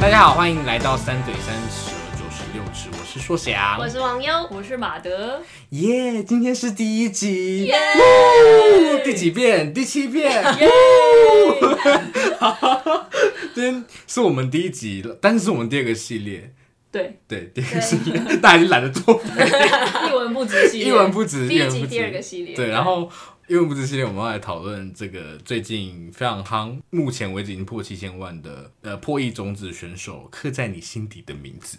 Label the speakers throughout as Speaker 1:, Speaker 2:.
Speaker 1: 大家好，欢迎来到三嘴三舌九十六尺，我是硕翔
Speaker 2: 我，是王优，我是马德，
Speaker 1: 耶今天是第一集，
Speaker 2: 耶
Speaker 1: 哦第几遍？第七 遍。 今天是我们第一集了，但是是我们第二个系列，
Speaker 3: 对，
Speaker 1: 对，第二个系列， 大家已经懒得做
Speaker 3: 一文不值系列，
Speaker 1: 一文不值，
Speaker 3: 第一
Speaker 1: 文
Speaker 3: 集
Speaker 1: 不值
Speaker 3: 第二个系列，
Speaker 1: 对，啊然后一文不值系列，我们要来讨论这个最近非常夯，目前为止已经破七千万的呃破亿种子选手刻在你心底的名字。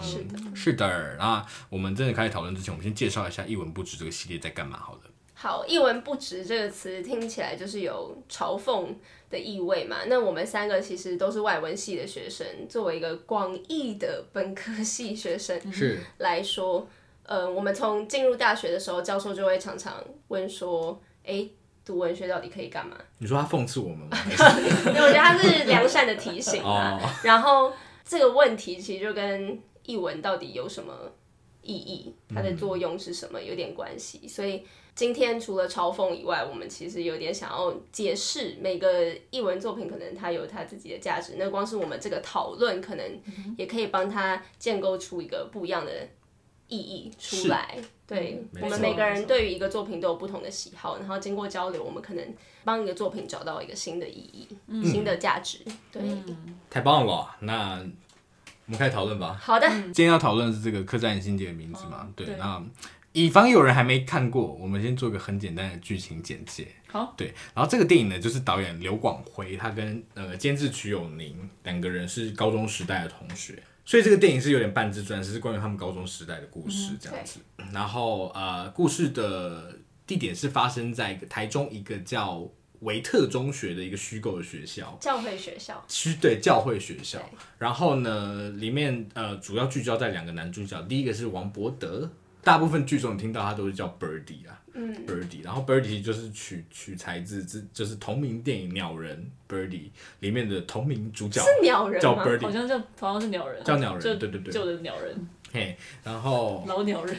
Speaker 3: 是的，
Speaker 1: 是的，那我们真的开始讨论之前，我们先介绍一下“一文不值”这个系列在干嘛好了。
Speaker 2: 好，一文不值这个词听起来就是有嘲讽的意味嘛。那我们三个其实都是外文系的学生，作为一个广义的本科系学生
Speaker 1: 是
Speaker 2: 来说，呃，我们从进入大学的时候，教授就会常常问说，哎，读文学到底可以干嘛？
Speaker 1: 你说他讽刺我们吗？
Speaker 2: 因为我觉得它是良善的提醒啊。
Speaker 1: 哦
Speaker 2: 然后这个问题其实就跟译文到底有什么意义，它的作用是什么有点关系。所以今天除了嘲讽以外，我们其实有点想要解释每个译文作品可能它有它自己的价值。那光是我们这个讨论，可能也可以帮它建构出一个不一样的意义出来。对
Speaker 1: 没
Speaker 2: 我们
Speaker 1: 错
Speaker 2: 每个
Speaker 3: 没
Speaker 2: 人
Speaker 3: 错
Speaker 2: 对于一个作品都有不同的喜好，然后经过交流，我们可能帮一个作品找到一个新的意义、新的价值。对，
Speaker 1: 太棒了，那我们开始讨论吧。
Speaker 2: 好的，
Speaker 1: 今天要讨论的是这个《客栈心结》的名字嘛？对，
Speaker 3: 对
Speaker 1: 那以防有人还没看过，我们先做个很简单的剧情简介。
Speaker 3: 好，
Speaker 1: 对，然后这个电影呢，就是导演刘广辉，他跟呃监制曲友宁两个人是高中时代的同学，所以这个电影是有点半自传，是关于他们高中时代的故事这样子。然后呃，故事的地点是发生在一个台中一个叫维特中学的一个虚构的学校。
Speaker 2: 教会学校，
Speaker 1: 虚对教会学校
Speaker 2: 对，
Speaker 1: 然后呢，里面呃主要聚焦在两个男主角，第一个是王伯德，大部分剧中你听到他都是叫 Birdy 啊，嗯，Birdy，然后 Birdy 就是取取材自自就是同名电影《鸟人》Birdy 里面的同名主角
Speaker 2: 是鸟人
Speaker 1: 叫
Speaker 2: 吗？
Speaker 3: 好
Speaker 1: Birdy，
Speaker 3: 像叫好像是鸟人，
Speaker 1: 叫鸟人
Speaker 3: 就
Speaker 1: 对对对
Speaker 3: 旧的鸟人，
Speaker 1: 嘿，然后
Speaker 3: 老鸟人，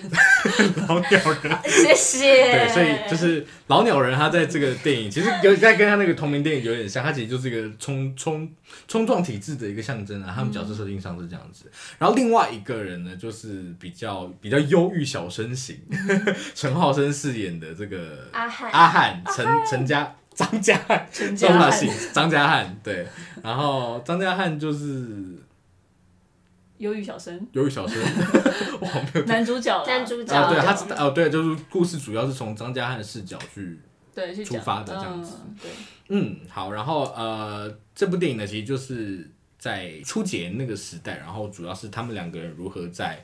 Speaker 1: 老鸟人，
Speaker 2: 谢谢。
Speaker 1: 对，所以就是老鸟人，他在这个电影其实有在跟他那个同名电影有点像，他其实就是一个冲冲冲撞体制的一个象征啊。他们角色设定上是这样子。然后另外一个人呢，就是比较比较忧郁小生型， 陈浩生饰演的这个
Speaker 2: 阿汉
Speaker 1: 阿汉陈陈家张家汉
Speaker 3: 陈
Speaker 1: 张
Speaker 3: 家
Speaker 1: 大
Speaker 3: 汉
Speaker 1: 信张家汉对，然后张家汉就是
Speaker 3: 忧郁小生，
Speaker 1: 忧郁小生， 我好没有。
Speaker 3: 男主角啦，
Speaker 2: 男主角
Speaker 1: 啊，对，
Speaker 2: 角
Speaker 1: 他是哦，对，就是故事主要是从张家汉的视角去
Speaker 3: 对去讲
Speaker 1: 出发的这样子，
Speaker 3: 嗯对，
Speaker 1: 嗯，好，然后呃，这部电影呢，其实就是在初节那个时代，然后主要是他们两个人如何在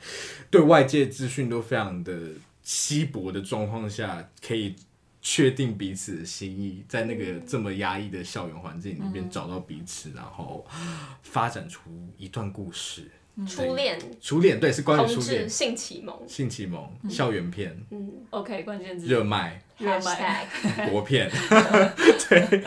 Speaker 1: 对外界资讯都非常的稀薄的状况下，可以确定彼此的心意，在那个这么压抑的校园环境里面找到彼此，然后发展出一段故事。
Speaker 2: 初恋、
Speaker 1: 初恋，对，是关于
Speaker 2: 同
Speaker 1: 初
Speaker 2: 志、
Speaker 1: 恋、
Speaker 2: 性启蒙，
Speaker 1: 性启蒙、校园片、
Speaker 2: 嗯
Speaker 3: OK，关键字
Speaker 1: 热卖。
Speaker 3: 热卖，
Speaker 2: ，#hashtag
Speaker 1: 国片。对，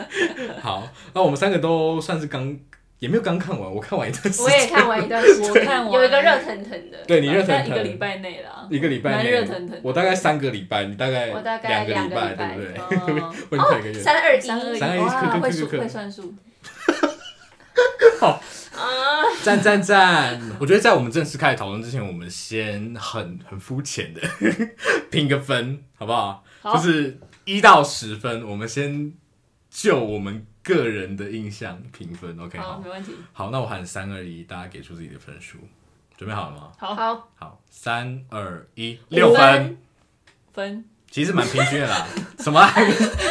Speaker 1: 好，那我们三个都算是刚，也没有刚看完，我看完一段时
Speaker 2: 我也
Speaker 1: 间，
Speaker 2: 看完一段时间，
Speaker 3: 我看 完
Speaker 2: 有一个热腾腾的，
Speaker 1: 对你热腾
Speaker 3: 大概一个礼
Speaker 1: 腾，
Speaker 3: 拜内啦，
Speaker 1: 一个礼拜
Speaker 3: 蛮
Speaker 1: 内
Speaker 3: 热腾腾
Speaker 1: 我大概三个礼拜，你大概
Speaker 2: 我大概
Speaker 1: 个礼拜，
Speaker 2: 两个
Speaker 1: 对
Speaker 2: 礼
Speaker 1: 不对？
Speaker 3: 哦
Speaker 1: 问快一个月，
Speaker 2: 三二一，
Speaker 3: 三二一，
Speaker 1: 三二一
Speaker 3: 哇，
Speaker 1: 可可可
Speaker 3: 会数
Speaker 1: 可可
Speaker 3: 会算数，
Speaker 2: 啊，
Speaker 1: 赞赞赞！我觉得在我们正式开始讨论之前，我们先很很肤浅的 评个分，好不好？
Speaker 3: 好
Speaker 1: 就是一到十分，我们先就我们个人的印象评分，OK？
Speaker 3: 好，
Speaker 1: 好
Speaker 3: 没，问题，
Speaker 1: 好，那我喊三二一，大家给出自己的分数，准备好了吗？
Speaker 3: 好
Speaker 2: 好，
Speaker 1: 好，三二一，
Speaker 2: 五
Speaker 1: 六分
Speaker 2: 分，
Speaker 3: 分，
Speaker 1: 其实蛮平均的啦。什么 啊？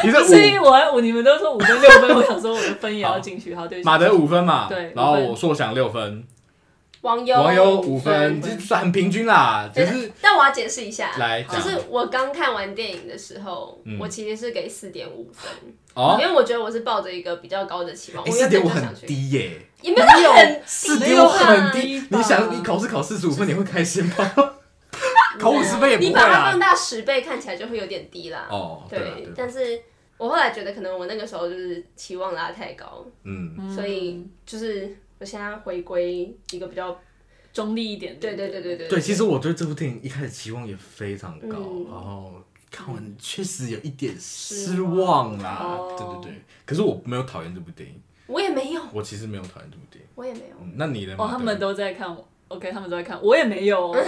Speaker 1: 你
Speaker 3: 不是
Speaker 1: 是
Speaker 3: 因为我还我你们都说五分六分，我想说我的分也要进去，好，对不
Speaker 1: 五，
Speaker 3: 起，
Speaker 1: 马德五分嘛？
Speaker 3: 对
Speaker 1: 然后
Speaker 3: 五分
Speaker 1: 我硕翔六分，
Speaker 2: 网友
Speaker 1: 网友五分，
Speaker 3: 五
Speaker 1: 这
Speaker 3: 分
Speaker 1: 算很平均啦。只是
Speaker 2: 但但我要解释一下，
Speaker 1: 来
Speaker 2: 就
Speaker 1: 讲
Speaker 2: 是我刚看完电影的时候，
Speaker 1: 嗯
Speaker 2: 我其实是给四点五分，
Speaker 1: 哦，哎
Speaker 2: 因为我觉得我是抱着一个比较高的期望，我
Speaker 1: 四
Speaker 2: 原
Speaker 1: 点
Speaker 2: 本
Speaker 1: 五
Speaker 2: 就
Speaker 1: 很
Speaker 2: 想去，
Speaker 1: 低耶，
Speaker 2: 也没有到很
Speaker 1: 四
Speaker 3: 没
Speaker 1: 点
Speaker 3: 有
Speaker 1: 五
Speaker 3: 吧
Speaker 1: 很低。
Speaker 3: 吧
Speaker 1: 你想，你考试考四十五分，你会开心吗？考五十分也
Speaker 2: 你
Speaker 1: 不会
Speaker 2: 把它
Speaker 1: 啊
Speaker 2: 放。大十倍看起来就会有点低啦。
Speaker 1: 哦，对啊，
Speaker 2: 对
Speaker 1: 对，啊，
Speaker 2: 但是我后来觉得可能我那个时候就是期望拉太高，
Speaker 1: 嗯，
Speaker 3: 嗯
Speaker 2: 所以就是我现在回归一个比较
Speaker 3: 中立一点，
Speaker 2: 对对对对对
Speaker 1: 对，其实我对这部电影一开始期望也非常高，
Speaker 2: 嗯
Speaker 1: 然后看完确实有一点失
Speaker 2: 失
Speaker 1: 望啦。
Speaker 3: 哦
Speaker 1: 对对对，可是我没有讨厌这部电影，
Speaker 2: 我也没有，
Speaker 1: 我其实没有讨厌这部电影。
Speaker 2: 我也没有。
Speaker 1: 嗯那你的
Speaker 3: 哦，他们都在看我，OK，他们都在看，我也没有，我也
Speaker 1: 哦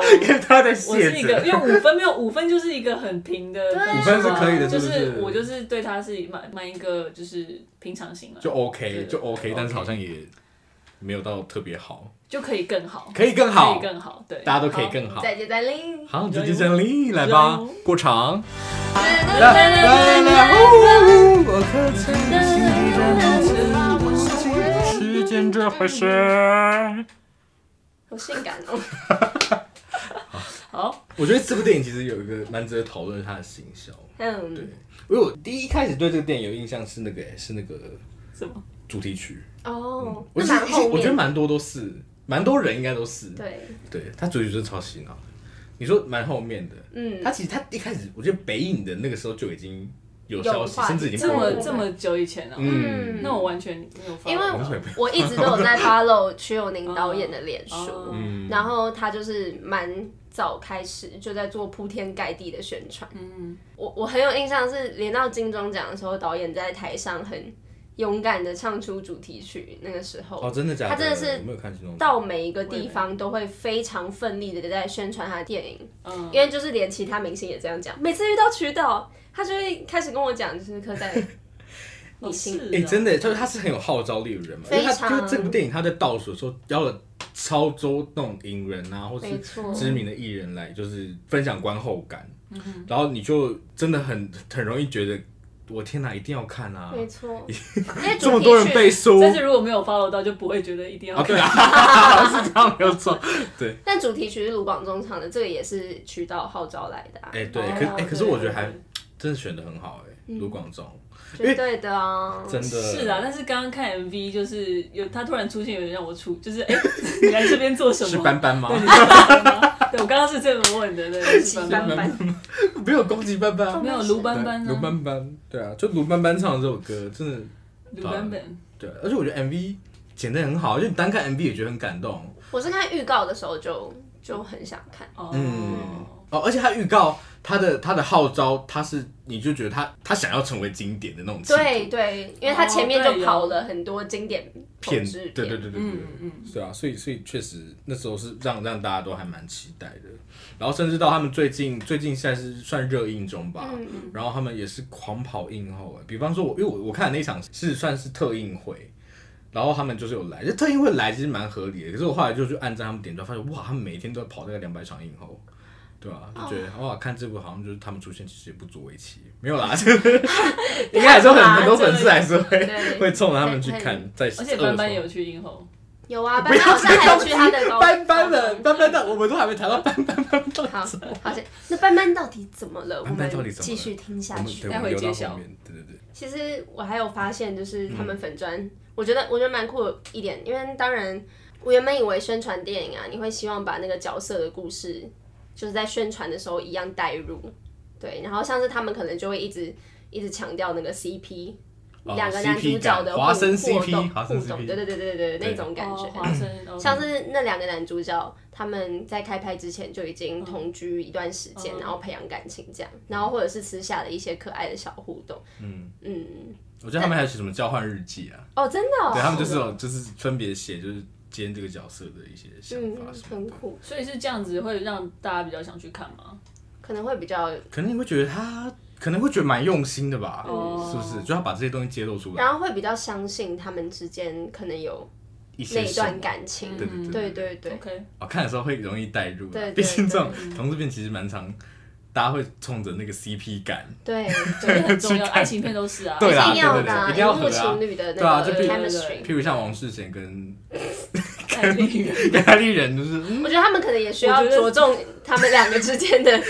Speaker 3: 没有，
Speaker 1: 因为他在
Speaker 3: 我是
Speaker 1: 谢
Speaker 3: 一个，
Speaker 1: 着，
Speaker 3: 因为五分没有，五分就是一个很平的
Speaker 2: 对啊
Speaker 3: 分数啊，
Speaker 2: 五分是
Speaker 1: 可以的
Speaker 3: 就是
Speaker 1: 不是
Speaker 3: 我就是对他是蛮蛮一个就是平常心了，
Speaker 1: 就
Speaker 3: 对
Speaker 1: OK 就 OK，
Speaker 3: OK
Speaker 1: 但是好像也没有到特别好，
Speaker 3: 就可以更好，
Speaker 1: 可以更好
Speaker 3: 可以，更好，对，
Speaker 1: 大家都可以更好。
Speaker 2: 再见，再见。
Speaker 1: 好，就就这样，另来吧
Speaker 3: 加油，
Speaker 1: 过场。
Speaker 2: 来
Speaker 1: 来来来，呜呜我可曾经时间这回事？
Speaker 2: 好性感 哦！
Speaker 3: 好，
Speaker 1: 我觉得这部电影其实有一个蛮值得讨论它的行销。对
Speaker 2: 嗯，，
Speaker 1: 因为我第一开始对这个电影有印象是那个、是那个
Speaker 3: 什么？
Speaker 1: 主题曲，
Speaker 2: 哦，
Speaker 1: 嗯我
Speaker 2: 那
Speaker 1: 其实
Speaker 2: 蛮后面，
Speaker 1: 我觉得蛮多都是，蛮多人应该都是。
Speaker 2: 对，
Speaker 1: 对，它主题曲真的超洗脑的。你说蛮后面的，
Speaker 2: 嗯
Speaker 1: 它，其实它一开始，我觉得北影的那个时候就已经有消息
Speaker 2: 有，话
Speaker 1: 甚至已经
Speaker 3: 这
Speaker 1: 播
Speaker 3: 么
Speaker 1: 过
Speaker 3: 这么久以前了、啊
Speaker 1: 嗯
Speaker 3: 那我完全没有发，
Speaker 2: 因为
Speaker 1: 我也没
Speaker 2: 我一直都有 在 follow 曲友宁导演的脸
Speaker 3: 哦
Speaker 2: 书，
Speaker 1: 嗯
Speaker 2: 然后他就是蛮早开始就在做铺天盖地的宣传。
Speaker 3: 嗯，
Speaker 2: 我我很有印象是连到金钟奖的时候，导演在台上很勇敢的唱出主题曲，那个时候。
Speaker 1: 哦，真的假的？
Speaker 2: 它真的是
Speaker 1: 我没有看新闻。
Speaker 2: 到每一个地方都会非常奋力的在宣传他的电影，
Speaker 3: 嗯
Speaker 2: 因为就是连其他明星也这样讲。每次遇到曲导，他就会开始跟我讲，就是刻 在你心
Speaker 3: 哦是
Speaker 1: 哎、
Speaker 3: 哦
Speaker 1: 真的，就是他是很有号召力的人嘛，因
Speaker 2: 非
Speaker 1: 为
Speaker 2: 常
Speaker 1: 他就是这部电影他在倒数的时候邀了超多那种影人啊，或
Speaker 2: 没
Speaker 1: 是
Speaker 2: 错
Speaker 1: 知名的艺人来，就是分享观后感，然后你就真的很很容易觉得，我天哪，一定要看啊！
Speaker 2: 没错，因 为
Speaker 1: 这
Speaker 2: 主
Speaker 1: 么
Speaker 2: 题
Speaker 1: 多人
Speaker 2: 曲
Speaker 1: 背书
Speaker 3: 但是如果没有 follow 到，就不会觉得一定要
Speaker 1: 啊，
Speaker 3: 看。
Speaker 1: 对啊， 是这样没有错。对，
Speaker 2: 但主题曲是卢广仲唱的，这个也是渠道号召来的、啊，
Speaker 1: 哎、对，
Speaker 3: 哦
Speaker 1: 可哎、可是
Speaker 3: 对
Speaker 1: 我觉得还
Speaker 3: 对
Speaker 1: 真的选的很好、哎，卢广仲因为
Speaker 2: 绝对的啊。
Speaker 1: 真的
Speaker 3: 是啊，但是刚刚看 MV 就是有他突然出现，有点让我出，就是 哎、你来这边做什么？
Speaker 1: 是斑斑吗
Speaker 3: 对，？你是斑斑吗？对我刚刚是这么问的，对，是
Speaker 2: 斑
Speaker 3: 斑斑。
Speaker 2: 斑，
Speaker 1: 没有攻击斑斑啊，
Speaker 3: 没有卢斑斑
Speaker 1: 对
Speaker 3: 呢？
Speaker 1: 卢斑斑，对啊，就卢斑斑唱的这首歌，真的
Speaker 3: 卢斑斑，
Speaker 1: 对，而且我觉得 MV 剪得很好，就你单看 MV 也觉得很感动。
Speaker 2: 我是看预告的时候就就很想看，
Speaker 3: 哦，
Speaker 1: 嗯哦，而且他预告他的他的号召，他是你就觉得他他想要成为经典的那种气
Speaker 2: 对对，因为他前面
Speaker 3: 哦对
Speaker 2: 就
Speaker 3: 有
Speaker 2: 跑了很多经典
Speaker 1: 片，
Speaker 2: 投资
Speaker 1: 对对
Speaker 2: 片
Speaker 1: 对对对，
Speaker 3: 嗯嗯
Speaker 1: 对啊，所以所以确实那时候是让让大家都还蛮期待的，然后甚至到他们最近最近现在是算热映中
Speaker 2: 嗯
Speaker 1: 吧，
Speaker 3: 嗯
Speaker 1: 然后他们也是狂跑映后、哎比方说我因为我我看的那场是算是特映会。然后他们就是有来，就特映会来其实蛮合理的。可是我后来就去按照他们点照，发现哇，他们每天都在跑那个两百场映后，对吧、
Speaker 2: 哦
Speaker 1: 就觉得、哇，看这部好像就是他们出现其实也不足为奇，没有啦， 应该还是有很很多粉丝还是会
Speaker 2: 对
Speaker 1: 会冲着他们去
Speaker 2: 很很
Speaker 1: 看，在
Speaker 3: 而且
Speaker 1: 二
Speaker 3: 斑斑
Speaker 1: 刷
Speaker 3: 也有去映后，
Speaker 2: 有啊，班好像还有去他的高
Speaker 1: 班班的班班的，我们都还没谈到班班班班到
Speaker 2: 好，好像那班班到底怎么了？我
Speaker 1: 班班到底
Speaker 2: 们
Speaker 1: 怎么了
Speaker 2: 继续听下
Speaker 1: 我们
Speaker 2: 去
Speaker 1: 对。我
Speaker 3: 待
Speaker 1: 们
Speaker 3: 会
Speaker 1: 留到
Speaker 3: 揭
Speaker 1: 后
Speaker 3: 晓
Speaker 1: 面。对对对，
Speaker 2: 其实我还有发现，就是他
Speaker 1: 嗯
Speaker 2: 们粉砖，我觉得我觉得蛮酷的一点，因为当然我原本以为宣传电影啊，你会希望把那个角色的故事，就是在宣传的时候一样带入，对，然后像是他们可能就会一直一直强调那个 CP。
Speaker 1: 哦
Speaker 2: 两个男主
Speaker 1: CP
Speaker 2: 角的
Speaker 1: 感
Speaker 2: 互
Speaker 1: 华生
Speaker 2: 互
Speaker 1: CP
Speaker 2: 动
Speaker 1: 华生
Speaker 2: 互
Speaker 1: CP
Speaker 2: 动，对对对对对对，
Speaker 1: 对
Speaker 2: 那种感觉
Speaker 3: 哦，华生，哦
Speaker 2: 像是那两个男主角，他们在开拍之前就已经同居一段时
Speaker 3: 嗯
Speaker 2: 间，然后培养感情这样，然后或者是私下的一些可爱的小互动。
Speaker 1: 嗯，
Speaker 2: 嗯，
Speaker 1: 我觉得他们还有写什么交换日记啊？
Speaker 2: 哦，真的、哦，
Speaker 1: 对他们就是有就是分别写就是今天这个角色的一些想法
Speaker 2: 嗯，
Speaker 1: 什么
Speaker 2: 很
Speaker 1: 的。
Speaker 2: 酷，
Speaker 3: 所以是这样子会让大家比较想去看吗？
Speaker 2: 可能会比较。
Speaker 1: 可能你会觉得他可能会觉得蛮用心的吧？
Speaker 3: 哦
Speaker 1: 是不是？就他把这些东西揭露出来，
Speaker 2: 然后会比较相信他们之间可能有
Speaker 1: 一
Speaker 2: 那
Speaker 1: 些
Speaker 2: 一
Speaker 1: 什
Speaker 2: 段
Speaker 1: 么？
Speaker 2: 感情，
Speaker 1: 对对
Speaker 2: 对对对，
Speaker 3: ，OK，
Speaker 1: 我看的时候会容易带入
Speaker 2: 对
Speaker 1: 啊，
Speaker 2: 对
Speaker 1: 毕竟这种同志片其实蛮常，大家会冲着那个 CP 感，
Speaker 2: 对
Speaker 3: 这
Speaker 2: 对，
Speaker 3: 很重要，爱情片都是啊，
Speaker 1: 对啦
Speaker 2: 一定要的
Speaker 1: 对对
Speaker 2: 啊，
Speaker 1: 对一定要
Speaker 2: 荧
Speaker 1: 合
Speaker 2: 幕
Speaker 1: 啊
Speaker 2: 情侣的那
Speaker 1: 对啊
Speaker 2: 个
Speaker 1: 就
Speaker 3: 比
Speaker 2: chemistry，
Speaker 1: 譬如像王世贤跟
Speaker 3: 爱情片
Speaker 1: 跟他丽人，就是嗯
Speaker 2: 我觉得他们可能也需要
Speaker 3: 我觉得
Speaker 2: 着重他们两个之间的，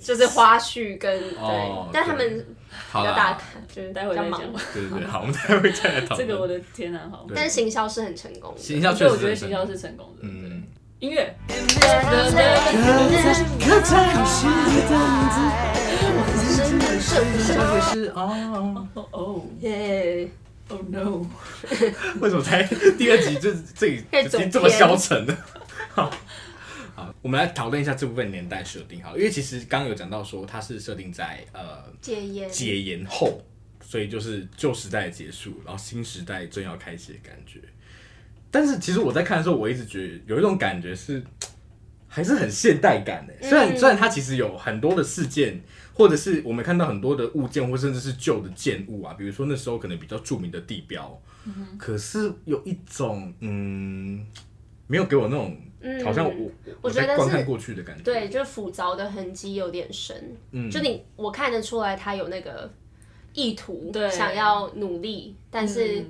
Speaker 2: 就是花絮跟
Speaker 1: 哦
Speaker 2: 对，但他们比
Speaker 1: 好
Speaker 2: 较
Speaker 1: 啦
Speaker 2: 大咖，就是
Speaker 3: 待会
Speaker 2: 比较
Speaker 3: 再
Speaker 2: 忙
Speaker 3: 讲。
Speaker 1: 对对对，好，我们待会再来讨论。
Speaker 3: 这个我的天哪，好，
Speaker 1: 对
Speaker 2: 但是行销是很成功的。
Speaker 1: 形象确
Speaker 3: 所以
Speaker 1: 实，
Speaker 3: 我觉得行销，是成功的。对
Speaker 1: 嗯，
Speaker 3: 音乐，
Speaker 1: 刻在我心里的名字，这个是哦，
Speaker 3: 哦哦
Speaker 2: 耶，
Speaker 3: 哦 no，
Speaker 1: 为什么才第二集就这里
Speaker 2: 可以
Speaker 1: 已
Speaker 2: 走
Speaker 1: 经
Speaker 2: 偏
Speaker 1: 这么消沉呢？ 好，好，我们来讨论一下这部分年代设定好了，因为其实刚刚有讲到说它是设定在呃
Speaker 2: 戒烟，
Speaker 1: 解严后，所以就是旧时代结束，然后新时代正要开启的感觉。但是其实我在看的时候，我一直觉得有一种感觉是，还是很现代感的。欸
Speaker 2: 嗯
Speaker 1: 虽然虽然它其实有很多的事件，或者是我们看到很多的物件，或甚至是旧的建物啊，比如说那时候可能比较著名的地标，
Speaker 2: 嗯
Speaker 1: 可是有一种嗯，没有给我那种
Speaker 2: 嗯，
Speaker 1: 好像我
Speaker 2: 我觉
Speaker 1: 在
Speaker 2: 得
Speaker 1: 观看
Speaker 2: 是
Speaker 1: 过去的感觉。
Speaker 2: 对，就是斧凿的痕迹有点深，
Speaker 1: 嗯
Speaker 2: 就你我看得出来他有那个意图，
Speaker 3: 对
Speaker 2: 想要努力，但是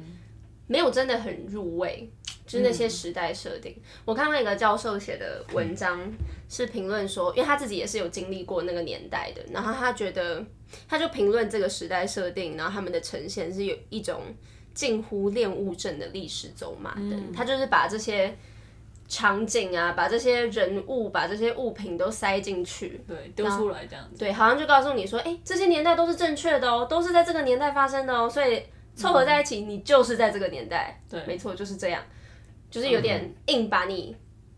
Speaker 2: 没有真的很入味，就是那些时代设定。我看到一个教授写的文章，是评论说，因为他自己也是有经历过那个年代的，然后他觉得他就评论这个时代设定，然后他们的呈现是有一种近乎恋物症的历史走马灯，他就是把这些。场景啊，把这些人物、把这些物品都塞进去，
Speaker 3: 对，丢出来这样子。
Speaker 2: 对，好像就告诉你说，哎、这些年代都是正确的哦，都是在这个年代发生的哦，所以凑合在一起，你就是在这个年代。
Speaker 3: 对
Speaker 2: 没错，就是这样，就是有点硬把你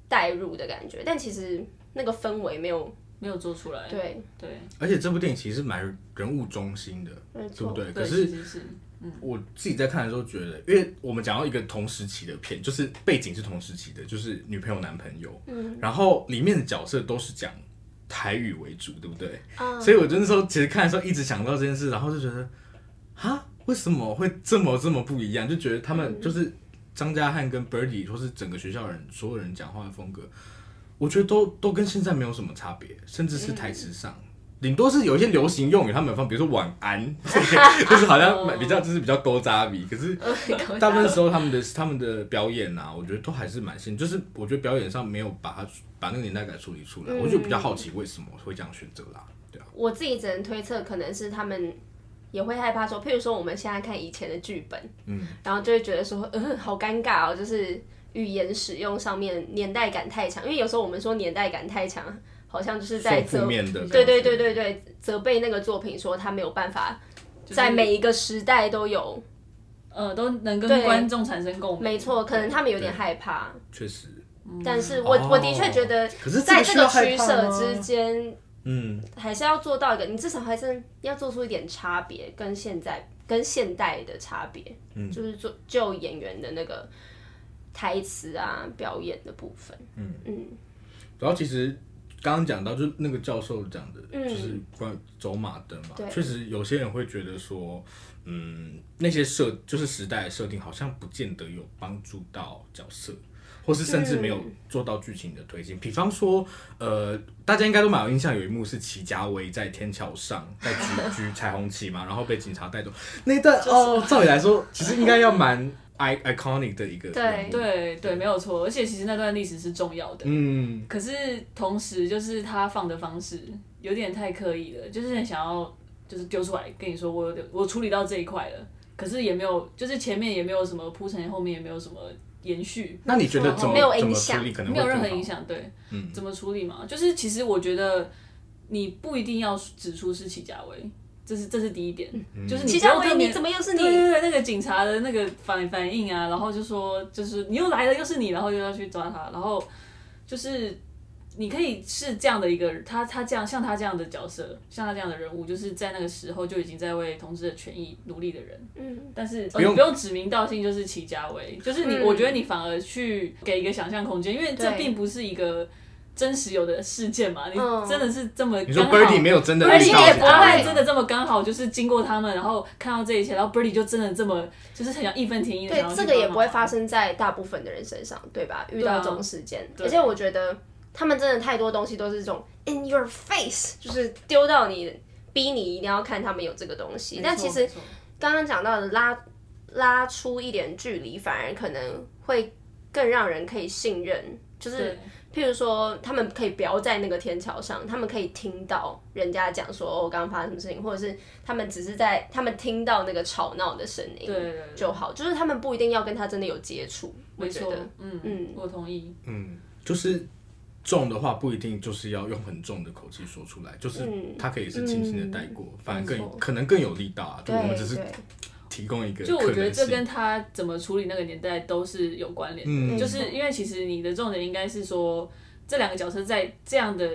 Speaker 2: 带入的感觉，但其实那个氛围没有
Speaker 3: 没有做出来。
Speaker 2: 对，
Speaker 3: 对，
Speaker 1: 而且这部电影其实蛮人物中心的，
Speaker 2: 没
Speaker 1: 对不
Speaker 2: 错，
Speaker 1: 对？可
Speaker 3: 对，
Speaker 1: 是
Speaker 3: 其实是嗯
Speaker 1: 我自己在看的时候觉得，因为我们讲到一个同时期的片，就是背景是同时期的，就是女朋友、男朋友，嗯，然后里面的角色都是讲台语为主，对不对？
Speaker 2: 嗯
Speaker 1: 所以我就那时候其实看的时候一直想到这件事，然后就觉得，啊，为什么会这么这么不一样？就觉得他们就是张家汉跟 Birdy，或是整个学校人所有人讲话的风格，我觉得都都跟现在没有什么差别，甚至是台词上。顶多是有一些流行用语，他们有放，比如说晚安，就是好像蛮比较就是比较勾扎比，可是 大部分时候他们的他们的表演啊，我觉得都还是蛮新，就是我觉得表演上没有把它把那个年代感处理出来，
Speaker 2: 嗯
Speaker 1: 我就比较好奇为什么会这样选择啦，对啊，
Speaker 2: 我自己只能推测，可能是他们也会害怕说，譬如说我们现在看以前的剧本，
Speaker 1: 嗯，
Speaker 2: 然后就会觉得说， 嗯、好尴尬哦，就是语言使用上面年代感太强，因为有时候我们说年代感太强，好像就是在
Speaker 1: 受
Speaker 2: 责
Speaker 1: 负面的感觉
Speaker 2: 对对对对对，责备那个作品说他没有办法
Speaker 1: 嗯
Speaker 2: 在每一个时代都有，
Speaker 3: 呃都能跟
Speaker 2: 对
Speaker 3: 观众产生
Speaker 1: 嗯
Speaker 3: 共鸣。
Speaker 2: 没错，可能他们有点害怕，
Speaker 1: 确实，
Speaker 2: 但是我、
Speaker 1: 哦
Speaker 2: 我的确觉得，
Speaker 1: 可是这
Speaker 2: 在
Speaker 1: 个
Speaker 2: 这
Speaker 1: 需
Speaker 2: 个
Speaker 1: 要害
Speaker 2: 取
Speaker 1: 怕
Speaker 2: 舍
Speaker 1: 吗
Speaker 2: 之间，
Speaker 1: 嗯，
Speaker 2: 还是要做到一个，你至少还是要做出一点差别，跟现在跟现代的差别，嗯，就是做就演员的那个台词啊、表演的部分，嗯
Speaker 1: 然后其实刚刚讲到，就是那个教授讲的，
Speaker 2: 嗯
Speaker 1: 就是关于走马灯嘛
Speaker 2: 对，
Speaker 1: 确实有些人会觉得说，嗯，那些设就是时代的设定好像不见得有帮助到角色。或是甚至没有做到剧情的推进，比方说，呃，大家应该都蛮有印象，有一幕是齐家威在天桥上在 举举彩虹旗嘛，然后被警察带走那一段、哦，照理来说，其实应该要蛮 i iconic 的一个
Speaker 2: 对
Speaker 1: 人物
Speaker 3: 对对，没有错。而且其实那段历史是重要的，
Speaker 1: 嗯，
Speaker 3: 可是同时就是他放的方式有点太刻意了，就是很想要就是丢出来跟你说我有点我处理到这一块了，可是也没有就是前面也没有什么铺陈，后面也没有什么延续，
Speaker 1: 那你觉得怎么
Speaker 2: 没有
Speaker 1: 怎
Speaker 2: 影
Speaker 1: 么
Speaker 2: 响
Speaker 1: 处理可能
Speaker 3: 没
Speaker 1: 会
Speaker 3: 有任
Speaker 1: 更
Speaker 3: 何
Speaker 1: 好嗯
Speaker 3: 影响，对，怎么处理嘛？就是其实我觉得你不一定要指出是齐家威，这是这是第一点，
Speaker 1: 嗯
Speaker 3: 就是你
Speaker 2: 齐
Speaker 3: 不用
Speaker 2: 家威，
Speaker 3: 特别
Speaker 2: 你怎么又是
Speaker 3: 对对啊
Speaker 2: 你？
Speaker 3: 对，那个警察的那个反反应啊，然后就说就是你又来了，又是你，然后又要去抓他，然后就是你可以是这样的一个他他这样像他这样的角色，像他这样的人物，就是在那个时候就已经在为同志的权益努力的人，
Speaker 2: 嗯，
Speaker 3: 但是
Speaker 1: 不
Speaker 3: 呃
Speaker 1: 用
Speaker 3: 你不用指名道姓就是齐家威，就是你，
Speaker 2: 嗯
Speaker 3: 我觉得你反而去给一个想象空间，因为这
Speaker 2: 对
Speaker 3: 并不是一个真实有的事件嘛，你
Speaker 2: 嗯
Speaker 3: 真的是这么
Speaker 1: 你说
Speaker 3: 刚好
Speaker 1: Birdy 没有真的遇到
Speaker 2: Birdy
Speaker 1: 其
Speaker 2: 也
Speaker 1: 他
Speaker 2: 不
Speaker 1: 人
Speaker 3: 阿
Speaker 2: 会
Speaker 3: 赖真的这么刚好，就是经过他们，然后看到这一切，然后 Birdy 就真的这么，就是很想义愤填膺的
Speaker 2: 对
Speaker 3: 想要，去
Speaker 2: 这
Speaker 3: 帮忙。啊
Speaker 2: 个也不会发生在大部分的人身上，对吧？遇到这种事件，
Speaker 3: 对
Speaker 2: 而且我觉得他们真的太多东西都是这种 in your face，就是丢到你，逼你一定要看他们有这个东西
Speaker 3: 没错。，
Speaker 2: 但其实
Speaker 3: 没错
Speaker 2: 刚刚讲到的拉拉出一点距离，反而可能会更让人可以信任。就是
Speaker 3: 对
Speaker 2: 譬如说，他们可以不要在那个天桥上，他们可以听到人家讲说哦，刚刚发生什么事情，或者是他们只是在他们听到那个吵闹的声音
Speaker 3: 对对对
Speaker 2: 就好，就是他们不一定要跟他真的有接触。我
Speaker 3: 没
Speaker 2: 觉
Speaker 3: 错
Speaker 2: 得，，
Speaker 3: 嗯
Speaker 2: 嗯
Speaker 3: 嗯，我同意。
Speaker 1: 嗯，就是重的话不一定就是要用很重的口气说出来，就是
Speaker 2: 嗯
Speaker 1: 它可以是轻轻的带过，反而
Speaker 2: 没
Speaker 1: 更
Speaker 2: 错
Speaker 1: 可能更有力道啊。就我们只
Speaker 2: 对
Speaker 1: 是
Speaker 2: 对，
Speaker 1: 提供一个
Speaker 3: 就我
Speaker 1: 可
Speaker 3: 觉得
Speaker 1: 能
Speaker 3: 这跟
Speaker 1: 性。
Speaker 3: 他怎么处理那个年代都是有关联的，
Speaker 1: 嗯
Speaker 3: 就是因为其实你的重点应该是说这两个角色在这样的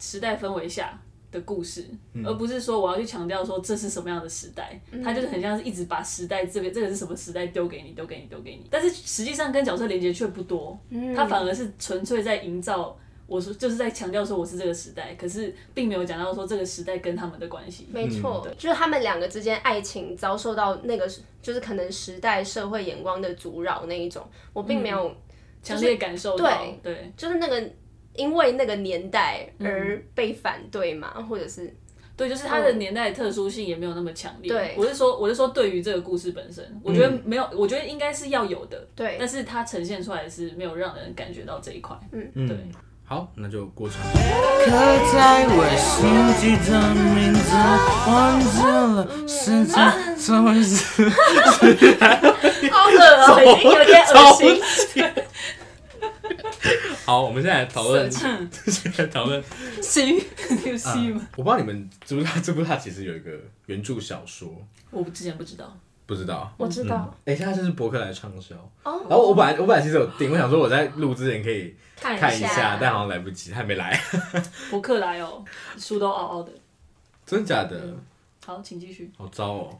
Speaker 3: 时代氛围下，的故事，而不是说我要去强调说这是什么样的时代，
Speaker 2: 嗯
Speaker 3: 它就是很像是一直把时代这个这个是什么时代丢给你，丢给你，丢给你，但是实际上跟角色连接却不多，
Speaker 2: 嗯
Speaker 3: 它反而是纯粹在营造。我说就是在强调说我是这个时代，可是并没有讲到说这个时代跟他们的关系。
Speaker 2: 没错，就是他们两个之间爱情遭受到那个就是可能时代社会眼光的阻扰那一种，我并没有、
Speaker 3: 强烈感受到，
Speaker 2: 对
Speaker 3: 对
Speaker 2: 就是那个因为那个年代而被反对嘛，或者是
Speaker 3: 对就是它的年代特殊性也没有那么强烈。
Speaker 2: 嗯对
Speaker 3: 我是说，我是说对于这个故事本身，我觉得没有，我觉得应该是要有的，
Speaker 2: 对
Speaker 3: 但是它呈现出来是没有让人感觉到这一块。
Speaker 1: 嗯，
Speaker 3: 对
Speaker 1: 好，那就过场。
Speaker 4: 刻在我心底的名字，忘记了时
Speaker 1: 啊
Speaker 4: 间，怎么是？
Speaker 3: 好恶哦，已经有点恶心。
Speaker 1: 好，我们现在讨论，
Speaker 3: 色
Speaker 1: 现在讨论。
Speaker 3: 西有西吗？
Speaker 1: 我不知道你们知不知道，这部它其实有一个原著小说，
Speaker 3: 我之前不知道，
Speaker 1: 不知道。
Speaker 2: 我知道，
Speaker 1: 哎、现在就是博客来畅销。
Speaker 2: 哦
Speaker 1: 然后我本来我本来其实有订，我想说我在录之前可以
Speaker 2: 看
Speaker 1: 看一下，但好像来不及，还没来。
Speaker 3: 博客来哦，书都凹凹的。
Speaker 1: 真的假的？
Speaker 3: 好，请继续。
Speaker 1: 好糟哦！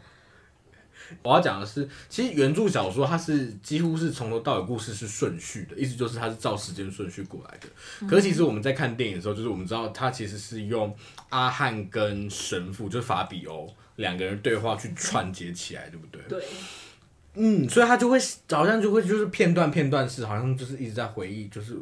Speaker 1: 我要讲的是，其实原著小说它是几乎是从头到尾故事是顺序的，意思就是它是照时间顺序过来的。可是其实我们在看电影的时候，就是我们知道它其实是用阿汉跟神父，就是法比欧两个人对话去串接起来，对不对？
Speaker 3: 对，
Speaker 1: 嗯，所以他就会好像就会就是片段片段式，好像就是一直在回忆，就是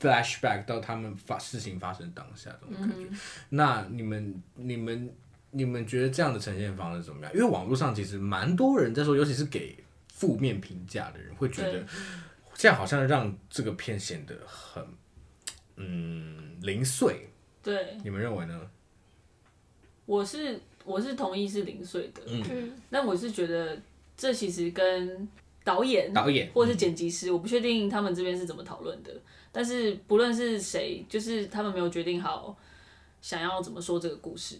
Speaker 1: flashback 到他们发事情发生当下这
Speaker 3: 嗯
Speaker 1: 种感觉。那你们你们你们觉得这样的呈现方式怎么样？因为网络上其实蛮多人在说，尤其是给负面评价的人，会觉得
Speaker 3: 对
Speaker 1: 这样好像让这个片显得很嗯零碎。
Speaker 3: 对，
Speaker 1: 你们认为呢？
Speaker 3: 我是我是同意是零碎的，
Speaker 2: 嗯，
Speaker 3: 但我是觉得这其实跟导演
Speaker 1: 导演嗯
Speaker 3: 或是剪辑师，我不确定他们这边是怎么讨论的。但是不论是谁，就是他们没有决定好想要怎么说这个故事，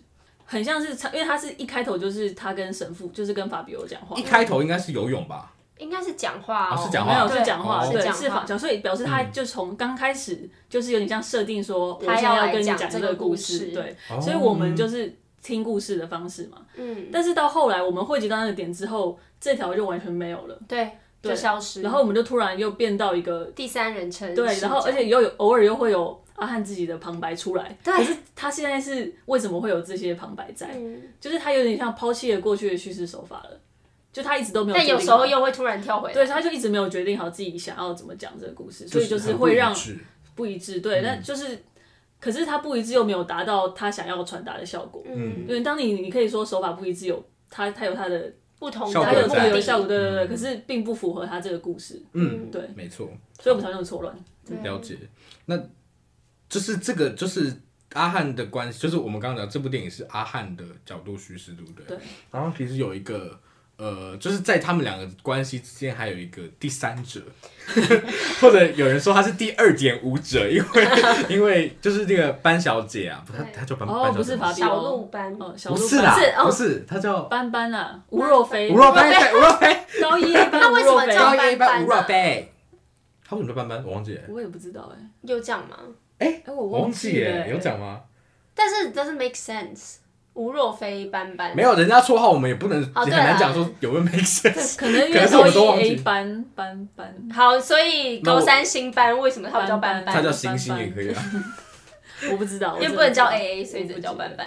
Speaker 3: 很像是因为他是一开头就是他跟神父，就是跟法比欧讲话
Speaker 1: 一，开头应该是游泳吧？
Speaker 2: 应该是讲话哦，
Speaker 1: 哦是讲话
Speaker 3: 没有
Speaker 2: 对
Speaker 3: 是讲话，
Speaker 1: 哦
Speaker 3: 对
Speaker 2: 是
Speaker 3: 是
Speaker 2: 讲
Speaker 3: 仿
Speaker 2: 话，
Speaker 3: 讲，所以表示
Speaker 1: 嗯
Speaker 3: 他就从刚开始就是有点像设定说，我
Speaker 2: 他
Speaker 3: 现在
Speaker 2: 要
Speaker 3: 要
Speaker 2: 来
Speaker 3: 跟你
Speaker 2: 讲
Speaker 3: 讲
Speaker 2: 这
Speaker 3: 这
Speaker 2: 个
Speaker 3: 个
Speaker 2: 故
Speaker 3: 故
Speaker 2: 事
Speaker 3: 事，对，
Speaker 1: 哦
Speaker 3: 所以我们就是听故事的方式嘛。
Speaker 2: 嗯，
Speaker 3: 但是到后来我们汇集到那个点之后，这条就完全没有了，
Speaker 2: 对，
Speaker 3: 对
Speaker 2: 就消失，
Speaker 3: 然后我们就突然又变到一个
Speaker 2: 第三人称视角，
Speaker 3: 对，然后而且又有偶尔又会有阿汉自己的旁白出来，
Speaker 2: 对
Speaker 3: 可是他现在是为什么会有这些旁白在？
Speaker 2: 嗯
Speaker 3: 就是他有点像抛弃了过去的叙事手法了，就他一直都没有。
Speaker 2: 但有时候。又会突然跳回来，
Speaker 3: 对，他就一直没有决定好自己想要怎么讲这个故事，所以就是
Speaker 1: 很
Speaker 3: 会
Speaker 1: 不一
Speaker 3: 让
Speaker 1: 致
Speaker 3: 不一致。对，
Speaker 1: 嗯
Speaker 3: 但就是，可是他不一致又没有达到他想要传达的效果。
Speaker 2: 嗯，
Speaker 3: 因为当你你可以说手法不一致有他他有他的
Speaker 2: 不同
Speaker 1: 效
Speaker 2: 的
Speaker 1: 果
Speaker 3: 他有
Speaker 1: 在
Speaker 3: 他有效果，对对对，可是并不符合他这个故事，
Speaker 1: 嗯，
Speaker 3: 对，
Speaker 1: 没错。
Speaker 3: 所以我们才会有错乱。
Speaker 1: 了解。那就是这个，就是阿汉的关系，就是我们刚刚讲这部电影是阿汉的角度叙事，对不对？
Speaker 3: 对。
Speaker 1: 然后其实有一个。呃，就是在他们两个关系之间还有一个第三者， 或者有人说他是第二点五者，因为因为就是那个班小姐啊，不，她
Speaker 2: 对
Speaker 1: 她叫班班
Speaker 3: 哦，
Speaker 1: 小
Speaker 3: 不
Speaker 1: 姐
Speaker 3: 是
Speaker 1: 吗，
Speaker 3: 法比
Speaker 2: 小
Speaker 3: 欧
Speaker 2: 鹿，斑，
Speaker 3: 哦，小
Speaker 1: 不
Speaker 3: 鹿
Speaker 1: 是啦
Speaker 2: 不是，哦
Speaker 1: 不是，她叫
Speaker 3: 斑斑啊，吴若飞，
Speaker 1: 吴若飞， 对吴若飞，
Speaker 3: 高一班，
Speaker 2: 那为什么
Speaker 3: 吴若飞
Speaker 2: 叫
Speaker 1: 高一
Speaker 2: 班班
Speaker 1: 班
Speaker 2: 啊
Speaker 1: 吴若飞，她为什么叫班班？我忘记了，
Speaker 3: 我也不知道哎，
Speaker 2: 又这样吗？
Speaker 1: 哎
Speaker 3: 哎，我
Speaker 1: 我忘记
Speaker 3: 了
Speaker 1: 耶，
Speaker 3: 欸
Speaker 1: 有讲吗？
Speaker 2: 但是 doesn't make sense，吴若飞斑斑
Speaker 1: 没有人家绰号，我们也不能也
Speaker 2: 哦
Speaker 1: 很
Speaker 2: 对啊
Speaker 1: 难讲说有没有 make sense。
Speaker 3: 可能因
Speaker 1: 可
Speaker 3: 为
Speaker 1: 能是我们都
Speaker 3: 高
Speaker 1: 忘
Speaker 3: 一
Speaker 1: 记
Speaker 3: A 班班班，
Speaker 2: 好，所以
Speaker 1: 那我
Speaker 2: 高三新班为什么他不叫班
Speaker 3: 班
Speaker 1: 他
Speaker 3: 班
Speaker 2: 班
Speaker 1: 叫？星星也可以啊，
Speaker 3: 我不知道，我
Speaker 2: 因为
Speaker 3: 真的
Speaker 2: 不能叫
Speaker 3: 知道
Speaker 2: A A，所以只能叫班。班。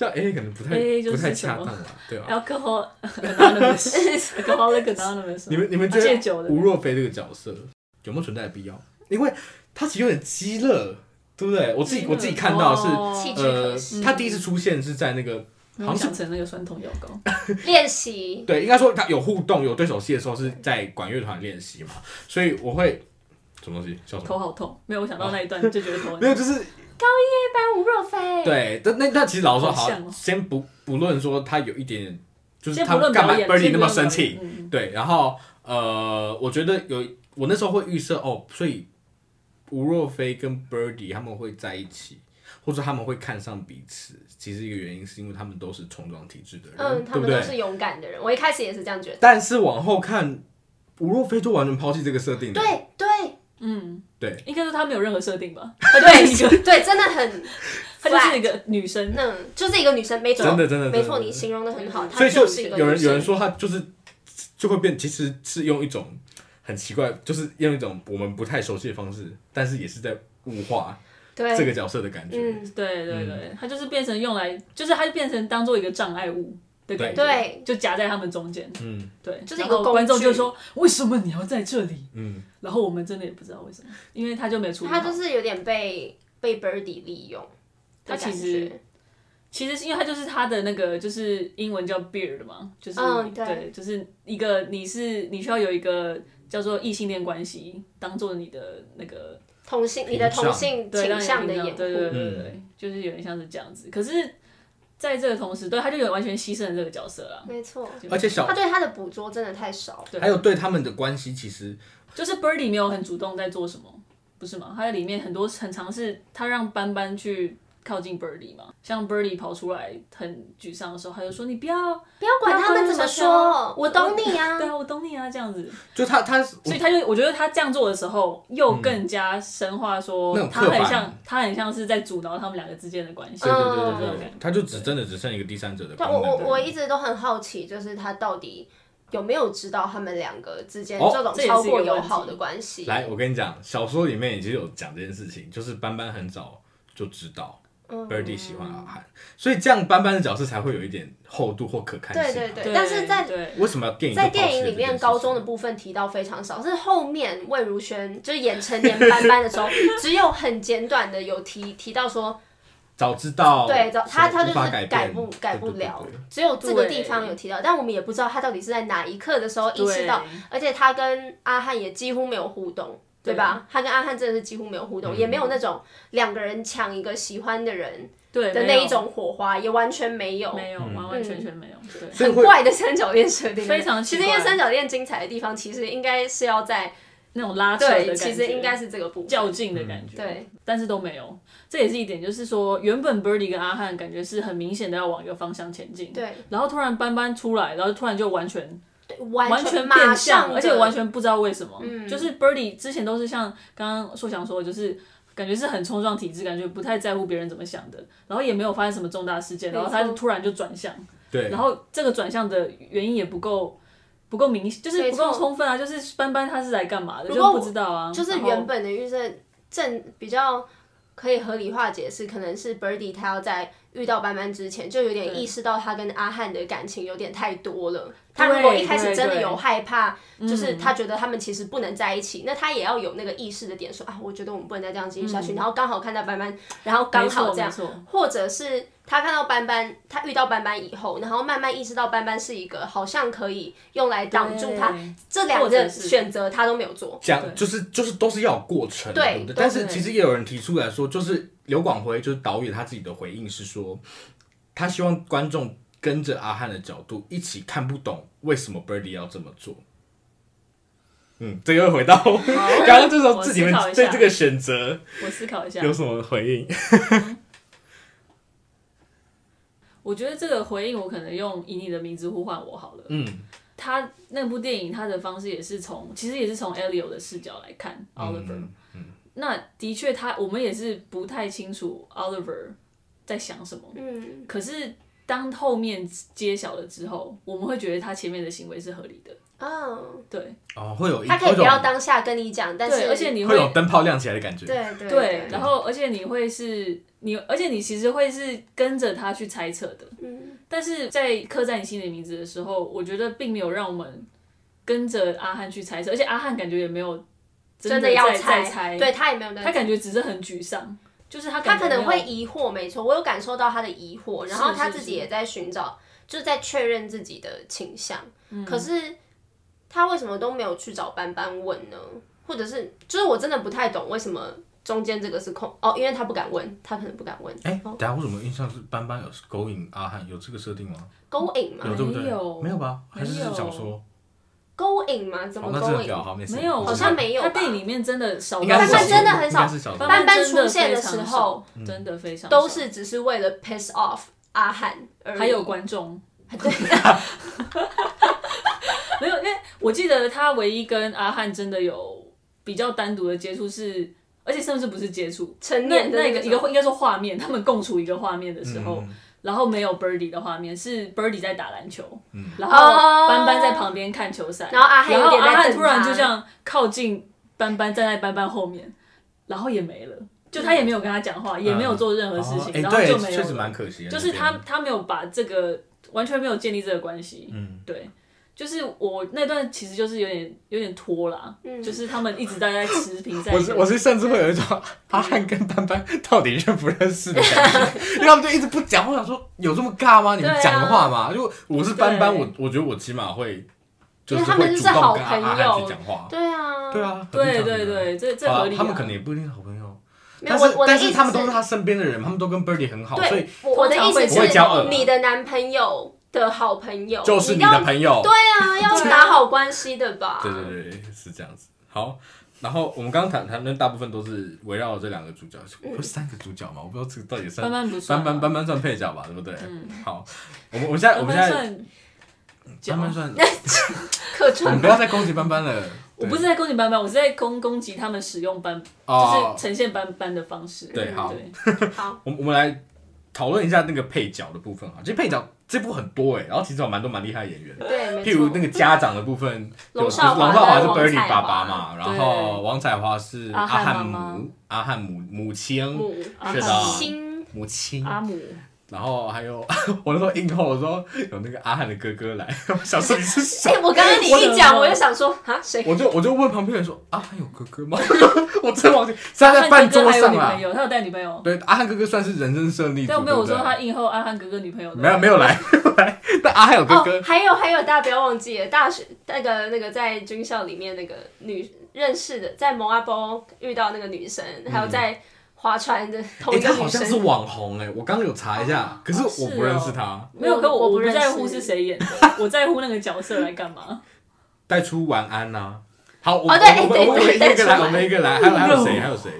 Speaker 1: 叫 A 可能不太
Speaker 3: AA 就是
Speaker 1: 不太
Speaker 3: 什
Speaker 1: 恰
Speaker 3: 么
Speaker 1: 当了，对啊吧？
Speaker 3: Alcohol Anonymous，Alcoholic Anonymous，
Speaker 1: 你们你们觉
Speaker 3: 戒酒
Speaker 1: 得
Speaker 3: 的
Speaker 1: 吴若飞这个角色有没有存在的必要？因为他其实有点激乐，对不对？我自己我自己看到的
Speaker 3: 哦
Speaker 2: 气
Speaker 1: 是，
Speaker 2: 质
Speaker 1: 呃
Speaker 2: 可惜，
Speaker 1: 他第一次出现是在那个
Speaker 3: 没
Speaker 1: 好
Speaker 3: 有
Speaker 1: 像是
Speaker 3: 想成那个酸痛药膏，
Speaker 2: 练习
Speaker 1: 对，应该说他有互动有对手戏的时候是在管乐团练习嘛，所以我会什么东西笑什么？
Speaker 3: 头好痛。没有，我想到那一 段就觉得头很
Speaker 1: 没有，
Speaker 3: 痛。
Speaker 1: 就是
Speaker 2: 班吴若 飞，
Speaker 1: 对，但那那其实老实说，
Speaker 3: 好
Speaker 1: 好
Speaker 3: 像哦，
Speaker 1: 先不不论说他有一点点，就是
Speaker 3: 先
Speaker 1: 他
Speaker 3: 不论
Speaker 1: 干嘛
Speaker 3: 表演，
Speaker 1: Bernie
Speaker 3: 先
Speaker 1: 那
Speaker 3: 不
Speaker 1: 么
Speaker 3: 论
Speaker 1: 生
Speaker 3: 表演
Speaker 1: 气，
Speaker 3: 嗯
Speaker 1: 对，然后呃，我觉得有我那时候会预设哦，所以吴若飞跟 Birdy 他们会在一起，或者他们会看上彼此，其实一个原因是因为他们都是冲撞体制的人，
Speaker 2: 嗯，他
Speaker 1: 对不
Speaker 2: 们都
Speaker 1: 对？
Speaker 2: 是勇敢的人。我一开始也是这样觉得。
Speaker 1: 但是往后看，吴若飞就完全抛弃这个设定了，
Speaker 2: 对对，
Speaker 3: 嗯，
Speaker 1: 对，
Speaker 3: 应该说她没有任何设定吧？
Speaker 2: 对对，真的很，
Speaker 3: 她就是一个女生。
Speaker 2: 那就是一个女生，没错，
Speaker 1: 真的真的
Speaker 2: 没错，
Speaker 1: 真的
Speaker 2: 你形容的很好，
Speaker 1: 所
Speaker 2: 她
Speaker 1: 以就
Speaker 2: 一
Speaker 1: 有
Speaker 2: 个女
Speaker 1: 人有人
Speaker 2: 生。
Speaker 1: 说他就是就会变，其实是用一种很奇怪，就是用一种我们不太熟悉的方式，但是也是在物化
Speaker 2: 对，
Speaker 1: 这个角色的感觉。
Speaker 2: 嗯，
Speaker 3: 对对对，她就是变成用来，就是她就变成当做一个障碍物的感觉，
Speaker 2: 对，
Speaker 3: 就夹在他们中间。
Speaker 1: 嗯
Speaker 3: 对，
Speaker 2: 就是一
Speaker 3: 然
Speaker 2: 个
Speaker 3: 后
Speaker 2: 工
Speaker 3: 观众就
Speaker 2: 具
Speaker 3: 说：“为什么你要在这里？”
Speaker 1: 嗯，
Speaker 3: 然后我们真的也不知道为什么，因为他就没处理好。
Speaker 2: 她就是有点被被 Birdy 利用的
Speaker 3: 她
Speaker 2: 感觉。
Speaker 3: 其实其实是因为他就是他的那个就是英文叫 beard 嘛，就是、
Speaker 2: 嗯对
Speaker 3: 就是一个你是你需要有一个叫做异性恋关系当做你的那个
Speaker 2: 同性，你的
Speaker 1: 屏障
Speaker 2: 同性
Speaker 3: 对让
Speaker 2: 倾
Speaker 3: 你
Speaker 2: 向的
Speaker 3: 听到
Speaker 2: 掩护，
Speaker 3: 对对对对
Speaker 1: 嗯
Speaker 3: 对，就是有点像是这样子。可是在这个同时，对他就有完全牺牲了这个角色啊。
Speaker 2: 没错。
Speaker 1: 而且小
Speaker 2: 他对他的捕捉真的太少，
Speaker 3: 对
Speaker 1: 还有对他们的关系，其实
Speaker 3: 就是 Birdy 没有很主动在做什么，不是吗？他在里面很多很尝试，他让斑斑去靠近 Birdy 嘛。像 Birdy 跑出来很沮丧的时候，他就说：“你不要，
Speaker 2: 不要管他们怎么说，我懂你啊
Speaker 3: 对。啊，我懂你啊，这样子。”
Speaker 1: 就他他
Speaker 3: 所以他就，我觉得他这样做的时候，又更加深化说，
Speaker 1: 那种
Speaker 3: 他
Speaker 1: 刻板嗯
Speaker 3: 很像，他很像是在阻挠他们两个之间的关系。
Speaker 1: 对对对
Speaker 3: 这
Speaker 1: 对
Speaker 3: 种
Speaker 1: 对
Speaker 3: 感，觉
Speaker 1: 他就只真的只剩一个第三者的功
Speaker 2: 哦但我
Speaker 1: 能。
Speaker 2: 我我一直都很好奇，就是他到底有没有知道他们两个之间
Speaker 1: 哦
Speaker 2: 这种
Speaker 3: 这也
Speaker 2: 超
Speaker 3: 是一个
Speaker 2: 过
Speaker 3: 问
Speaker 2: 友
Speaker 3: 题
Speaker 2: 好的关系？
Speaker 1: 来，我跟你讲，小说里面也是有讲这件事情，就是斑斑很早就知道
Speaker 2: 嗯
Speaker 1: Birdy 喜欢阿汉，所以这样斑斑的角色才会有一点厚度或可看性啊。
Speaker 2: 对对对，
Speaker 3: 对
Speaker 2: 但是在
Speaker 3: 对
Speaker 1: 为什么要电影就
Speaker 2: 在
Speaker 1: 抛弃了
Speaker 2: 电影里
Speaker 1: 这件
Speaker 2: 面，
Speaker 1: 事
Speaker 2: 高
Speaker 1: 情
Speaker 2: 中的部分提到非常少，是后面魏如萱就是演成年斑斑 的时候，只有很简短的有提提到说，
Speaker 1: 早知道
Speaker 2: 对，早他他就
Speaker 1: 哦无法
Speaker 2: 是
Speaker 1: 改
Speaker 2: 改
Speaker 1: 变
Speaker 2: 不改不
Speaker 1: 对对
Speaker 2: 了
Speaker 1: 对对，
Speaker 2: 只有这个地
Speaker 3: 对
Speaker 2: 方有提到，但我们也不知道他到底是在哪一刻的时候意识
Speaker 3: 对
Speaker 2: 到，而且他跟阿汉也几乎没有互动，对吧？他跟阿汉真的是几乎没有互动，也
Speaker 3: 嗯
Speaker 2: 没有那种两个人抢一个喜欢的人
Speaker 3: 对
Speaker 2: 的
Speaker 3: 没
Speaker 2: 那
Speaker 3: 有
Speaker 2: 一种火花，也完全没有。
Speaker 3: 没有，完完全全没有。对，
Speaker 1: 嗯所以
Speaker 2: 很
Speaker 1: 会
Speaker 2: 怪的三角恋设定，
Speaker 3: 非常
Speaker 2: 其
Speaker 3: 奇
Speaker 2: 实
Speaker 3: 怪
Speaker 2: 因为三角恋精彩的地方，其实应该是要在
Speaker 3: 那种拉扯的感
Speaker 2: 对，
Speaker 3: 觉，
Speaker 2: 其实应该是这个部分。
Speaker 3: 较劲的感觉。
Speaker 2: 对，
Speaker 3: 但是都没有。这也是一点，就是说，原本 Birdy 跟阿汉感觉是很明显的要往一个方向前进，
Speaker 2: 对，
Speaker 3: 然后突然斑斑出来，然后突然就完全
Speaker 2: 对完
Speaker 3: 完
Speaker 2: 全
Speaker 3: 全
Speaker 2: 马
Speaker 3: 变
Speaker 2: 上嗯
Speaker 3: 相，
Speaker 2: 的，
Speaker 3: 而且完全不知道为什么。就是 Birdy 之前都是像刚刚硕翔说的，就是感觉是很冲撞体制，感觉不太在乎别人怎么想的，然后也没有发生什么重大事件，
Speaker 2: 没
Speaker 3: 然
Speaker 2: 错
Speaker 3: 后他就突然就转向，
Speaker 1: 对，
Speaker 3: 然后这个转向的原因也不够。不够明，就是不
Speaker 2: 没
Speaker 3: 够
Speaker 2: 错
Speaker 3: 充分啊！就是斑斑他是来干嘛的，
Speaker 2: 如
Speaker 3: 就
Speaker 2: 果我
Speaker 3: 不知道啊。
Speaker 2: 就是
Speaker 3: 然后
Speaker 2: 原本的预设正比较可以合理化解释，可能是 Birdy 他要在遇到班班之前就有点
Speaker 3: 对
Speaker 2: 意识到他跟阿汉的感情有点太多了。他如果
Speaker 3: 对
Speaker 2: 一开始
Speaker 3: 对
Speaker 2: 真的
Speaker 3: 对嗯
Speaker 2: 有害怕，就是他觉得他们其实不能在一起，那他也要有那个意识的点说啊，我觉得我们不能再这样继续下去。然后刚好看到班班，然后刚好这样
Speaker 3: 嗯没错没错，
Speaker 2: 或者是他看到班班，他遇到班班以后，然后慢慢意识到班班是一个好像可以用来挡住他
Speaker 3: 对
Speaker 2: 这两
Speaker 3: 或者
Speaker 2: 个
Speaker 3: 是
Speaker 2: 选择，他都没有做。
Speaker 1: 讲就是就是都是要有过程的，
Speaker 2: 对
Speaker 1: 对不对？
Speaker 2: 都
Speaker 1: 但是
Speaker 3: 对
Speaker 1: 其实也有人提出来说，就是刘广辉就是导演他自己的回应是说，他希望观众跟着阿汉的角度一起看不懂为什么 Birdy 要这么做。嗯，这又回到 刚刚就说
Speaker 3: 我
Speaker 1: 自
Speaker 3: 思
Speaker 1: 己们
Speaker 3: 考一下
Speaker 1: 对这个选择
Speaker 3: 我思考一下，
Speaker 1: 有什么回应？
Speaker 3: 我觉得这个回应我可能用以你的名字呼唤我好了。
Speaker 1: 嗯，
Speaker 3: 他那部电影他的方式也是从，其实也是从 Elio 的视角来看 Oliver。
Speaker 1: 嗯
Speaker 3: 那的确他，我们也是不太清楚 Oliver 在想什么。
Speaker 2: 嗯，
Speaker 3: 可是当后面揭晓了之后，我们会觉得他前面的行为是合理的。
Speaker 2: 哦，
Speaker 3: 对
Speaker 1: 哦，会有一
Speaker 2: 他可以
Speaker 1: 会
Speaker 2: 不
Speaker 1: 有
Speaker 2: 要当下跟你讲，但
Speaker 3: 对，
Speaker 2: 是
Speaker 3: 而且你
Speaker 1: 会
Speaker 3: 会
Speaker 1: 有灯泡亮起来的感觉。
Speaker 2: 对对
Speaker 3: 对，然后而且你会是你，而且你其实会是跟着他去猜测的。
Speaker 2: 嗯，
Speaker 3: 但是在刻在你心里的名字的时候，我觉得并没有让我们跟着阿汉去猜测，而且阿汉感觉也没有
Speaker 2: 真
Speaker 3: 的
Speaker 2: 要
Speaker 3: 在
Speaker 2: 猜，
Speaker 3: 在猜，
Speaker 2: 对他也没有那
Speaker 3: 他感觉只是很沮丧，就是他
Speaker 2: 他
Speaker 3: 感觉
Speaker 2: 可能
Speaker 3: 没
Speaker 2: 会
Speaker 3: 有
Speaker 2: 疑惑，没错，我有感受到他的疑惑，然后
Speaker 3: 是
Speaker 2: 他
Speaker 3: 是
Speaker 2: 自己
Speaker 3: 是
Speaker 2: 也在寻找，就是在确认自己的倾向，
Speaker 3: 嗯
Speaker 2: 可是他为什么都没有去找班班问呢？或者是，就是我真的不太懂为什么中间这个是空哦，因为他不敢问，他可能不敢问
Speaker 1: 哎，等一下为什么印象是斑斑有勾引阿汉有这个设定吗？
Speaker 2: 勾引嘛，
Speaker 1: 有对不对？
Speaker 3: 没有
Speaker 1: 没有吧？还是
Speaker 3: 没有
Speaker 1: 是小说？
Speaker 2: 勾引嘛，怎
Speaker 1: 好，
Speaker 2: 么
Speaker 3: 哦
Speaker 1: 那真
Speaker 2: 勾
Speaker 1: 的
Speaker 2: 引？
Speaker 1: 屌，好没事。
Speaker 3: 没有，
Speaker 2: 好像没有吧
Speaker 3: 他电影里面真的少
Speaker 1: 应
Speaker 3: 到
Speaker 1: 该
Speaker 2: 班
Speaker 1: 是小
Speaker 2: 班
Speaker 1: 说
Speaker 2: 真的很少
Speaker 1: 应该是小说
Speaker 2: 班班
Speaker 3: 真的
Speaker 2: 出现的
Speaker 3: 非常
Speaker 2: 时
Speaker 3: 少
Speaker 2: 候，
Speaker 3: 真的非常
Speaker 2: 都
Speaker 3: 少
Speaker 2: 是只是为了 piss off 阿汉而已，
Speaker 3: 还有观众。
Speaker 2: 对，
Speaker 3: 没有，因为我记得他唯一跟阿汉真的有比较单独的接触是，而且甚至不是接触，
Speaker 2: 成
Speaker 3: 那
Speaker 2: 年的
Speaker 3: 那
Speaker 2: 那
Speaker 3: 个一
Speaker 2: 种
Speaker 3: 个应该说画面，他们共处一个画面的
Speaker 1: 嗯
Speaker 3: 时候，然后没有 Birdy 的画面，是 Birdy 在打篮球，
Speaker 1: 嗯
Speaker 3: 然后
Speaker 2: 哦
Speaker 3: 班班在旁边看球赛，
Speaker 2: 然后阿汉有点在
Speaker 3: 阿汉
Speaker 2: 瞪
Speaker 3: 突
Speaker 1: 哦
Speaker 3: 然
Speaker 2: 他
Speaker 3: 就这样靠近班班，站在班班后面，然后也没了，就他也没有跟他讲话，也没有做任何事情，
Speaker 1: 哎、
Speaker 3: 然后就
Speaker 1: 对，
Speaker 3: 没有
Speaker 1: 确实
Speaker 3: 了。
Speaker 1: 蛮可惜的。
Speaker 3: 就是
Speaker 1: 那边
Speaker 3: 他，他没有把这个完全没有建立这个关系，
Speaker 1: 嗯，
Speaker 3: 对，就是我那段其实就是有点有点拖啦，
Speaker 2: 嗯
Speaker 3: 就是他们一直在在 持平在，
Speaker 1: 我是我是甚至会有一种阿汉跟班班到底认不认识的感觉，因为他们就一直不讲话，我想说有这么尬吗？你们
Speaker 2: 对啊
Speaker 1: 讲个话嘛。如果我是班班，
Speaker 3: 对
Speaker 1: 我我觉得我起码会，就
Speaker 2: 因为
Speaker 1: 是
Speaker 2: 他们
Speaker 1: 会主
Speaker 2: 是好
Speaker 1: 动跟阿
Speaker 2: 朋
Speaker 1: 阿汉
Speaker 2: 友
Speaker 1: 去讲话。
Speaker 2: 对啊，
Speaker 1: 对，啊，合理
Speaker 3: 对
Speaker 1: 上
Speaker 3: 对
Speaker 1: 的
Speaker 3: 对，这这
Speaker 1: 好啦
Speaker 3: 合理啊、
Speaker 1: 他们可能也不一定是好朋友，
Speaker 2: 没有
Speaker 1: 但
Speaker 2: 我
Speaker 1: 是
Speaker 2: 我的
Speaker 1: 但
Speaker 2: 意思
Speaker 1: 是他们都是他身边的人，他们都跟 Birdy 很好，所以
Speaker 2: 对，我的意思
Speaker 1: 不会骄傲
Speaker 2: 是，你的男朋友的好朋友
Speaker 1: 就是你
Speaker 2: 要
Speaker 1: 的朋友。
Speaker 2: 对啊，要打好关系的吧？
Speaker 1: 对对对，是这样子。好，然后我们刚刚谈谈论大部分都是围绕这两个主角，
Speaker 2: 嗯
Speaker 1: 有三个主角嘛？我不知道这个到底算
Speaker 3: 班班不算
Speaker 1: 班班
Speaker 3: 啊
Speaker 1: 班班算配角吧，对不对？
Speaker 2: 嗯
Speaker 1: 好，我们我们现在我们
Speaker 3: 班班
Speaker 1: 现在
Speaker 3: 算嗯
Speaker 1: 班班
Speaker 3: 角
Speaker 1: 算，
Speaker 2: 客
Speaker 1: 我
Speaker 2: 串
Speaker 1: 们不要再攻击班班 了。
Speaker 3: 我不是在攻击班班，我是在攻攻击他们使用班，
Speaker 1: 哦
Speaker 3: 就是呈现班班的方式。
Speaker 1: 对好
Speaker 3: 对，
Speaker 2: 好，
Speaker 1: 我们我们来讨论一下那个配角的部分啊哈。其实配角这部很多哎，然后其实有蛮多蛮厉害的演员。
Speaker 2: 对，没
Speaker 1: 譬如那
Speaker 2: 错。
Speaker 1: 个家长的部分，有
Speaker 3: 啊
Speaker 2: 龙少华
Speaker 1: 龙少华是
Speaker 2: 跟王
Speaker 1: Birdy
Speaker 2: 彩
Speaker 1: 爸
Speaker 2: 华
Speaker 1: 爸嘛，然
Speaker 3: 对
Speaker 1: 后王彩华是
Speaker 3: 阿
Speaker 1: 阿
Speaker 3: 汉
Speaker 1: 汉
Speaker 3: 妈妈
Speaker 1: 母，阿汉母母亲，
Speaker 2: 母啊
Speaker 1: 是
Speaker 3: 阿
Speaker 1: 的
Speaker 3: 汉，啊
Speaker 2: 亲
Speaker 1: 母亲，
Speaker 3: 阿姆，
Speaker 1: 然后还有 我那时候映后的时候有那个阿汉的哥哥来， 我想说你是谁？，
Speaker 2: 哎我刚刚你一讲，我就想说啊，谁？
Speaker 1: 我就我就问旁边人说阿汉有哥哥吗？ 我真忘记，是他在
Speaker 3: 阿汉
Speaker 1: 饭
Speaker 3: 哥哥
Speaker 1: 桌
Speaker 3: 还有
Speaker 1: 上
Speaker 3: 女
Speaker 1: 啦
Speaker 3: 朋。友，他有带女朋友。
Speaker 1: 对，阿汉哥哥算是人生胜利组，
Speaker 3: 但我没有我
Speaker 1: 对
Speaker 3: 说
Speaker 1: 不对
Speaker 3: 他映后阿汉哥哥女朋友的，
Speaker 1: 没有没有来， 但阿汉有哥
Speaker 2: 哦，
Speaker 1: 哥，
Speaker 2: 还有还有，大家不要忘记了，大学那个那个在军校里面那个女认识的，在蒙阿波遇到那个女生，还有在划船的同
Speaker 1: 哎，
Speaker 2: 一个
Speaker 1: 他嗯
Speaker 2: 女
Speaker 1: 好像
Speaker 2: 生
Speaker 1: 是，网红哎，我刚刚有查一下，可是我
Speaker 3: 是
Speaker 1: 不认识
Speaker 3: 哦
Speaker 1: 他。
Speaker 3: 没有，可
Speaker 2: 我
Speaker 3: 我
Speaker 2: 我不
Speaker 3: 不
Speaker 2: 认识
Speaker 3: 在乎是谁 演的，我在乎那个角色来干嘛。
Speaker 1: 带出晚安呐、好，我们
Speaker 2: 哦对
Speaker 1: 我们
Speaker 2: 对
Speaker 1: 我们
Speaker 2: 对
Speaker 1: 一个一
Speaker 2: 对
Speaker 1: 个来，
Speaker 2: 对
Speaker 1: 我们一个来，还有还有谁？
Speaker 3: 哦
Speaker 1: 还有谁？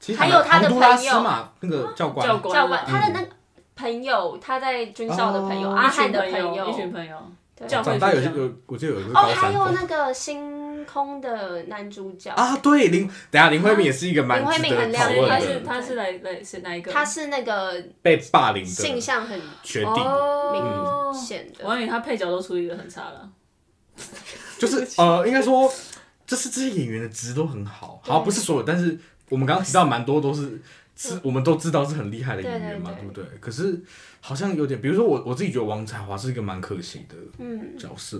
Speaker 1: 其实
Speaker 2: 还有他的
Speaker 1: 洪都拉斯
Speaker 2: 朋友
Speaker 1: 嘛，那个教官，
Speaker 3: 教官
Speaker 2: 教官，他的那个朋友，他在军校的朋友，
Speaker 1: 哦
Speaker 2: 阿
Speaker 3: 一群
Speaker 2: 汉的
Speaker 3: 友，一群
Speaker 2: 友，
Speaker 3: 朋友，
Speaker 2: 对
Speaker 3: 教
Speaker 1: 长
Speaker 3: 会
Speaker 1: 大有
Speaker 3: 学
Speaker 1: 些
Speaker 3: 校
Speaker 1: 有，我记得有一个
Speaker 2: 哦，
Speaker 1: 高
Speaker 2: 还
Speaker 1: 三
Speaker 2: 有
Speaker 1: 风
Speaker 2: 那个星空的男主角
Speaker 1: 啊，对林，等一下林慧敏也是一个蛮
Speaker 2: 林慧
Speaker 1: 值
Speaker 2: 敏
Speaker 1: 得
Speaker 2: 很
Speaker 1: 讨
Speaker 2: 亮
Speaker 3: 谁
Speaker 1: 论
Speaker 3: 他
Speaker 2: 眼
Speaker 3: 是
Speaker 1: 的，
Speaker 3: 他是来来是哪一个？
Speaker 2: 他是那个
Speaker 1: 被霸凌
Speaker 2: 性
Speaker 1: 的
Speaker 2: 向很
Speaker 1: 学弟，
Speaker 3: 哦
Speaker 2: 明显的
Speaker 3: 我。以为他配角都处理的很差了。
Speaker 1: 就是呃，应该说，就是这些演员的值都很好，好不是所有，但是我们刚刚提到蛮多都是。是，我们都知道是很厉害的演员嘛，
Speaker 2: 对
Speaker 1: 对不对？可是好像有点，比如说我我自己觉得王彩华是一个蛮可惜的，
Speaker 2: 嗯，
Speaker 1: 角色，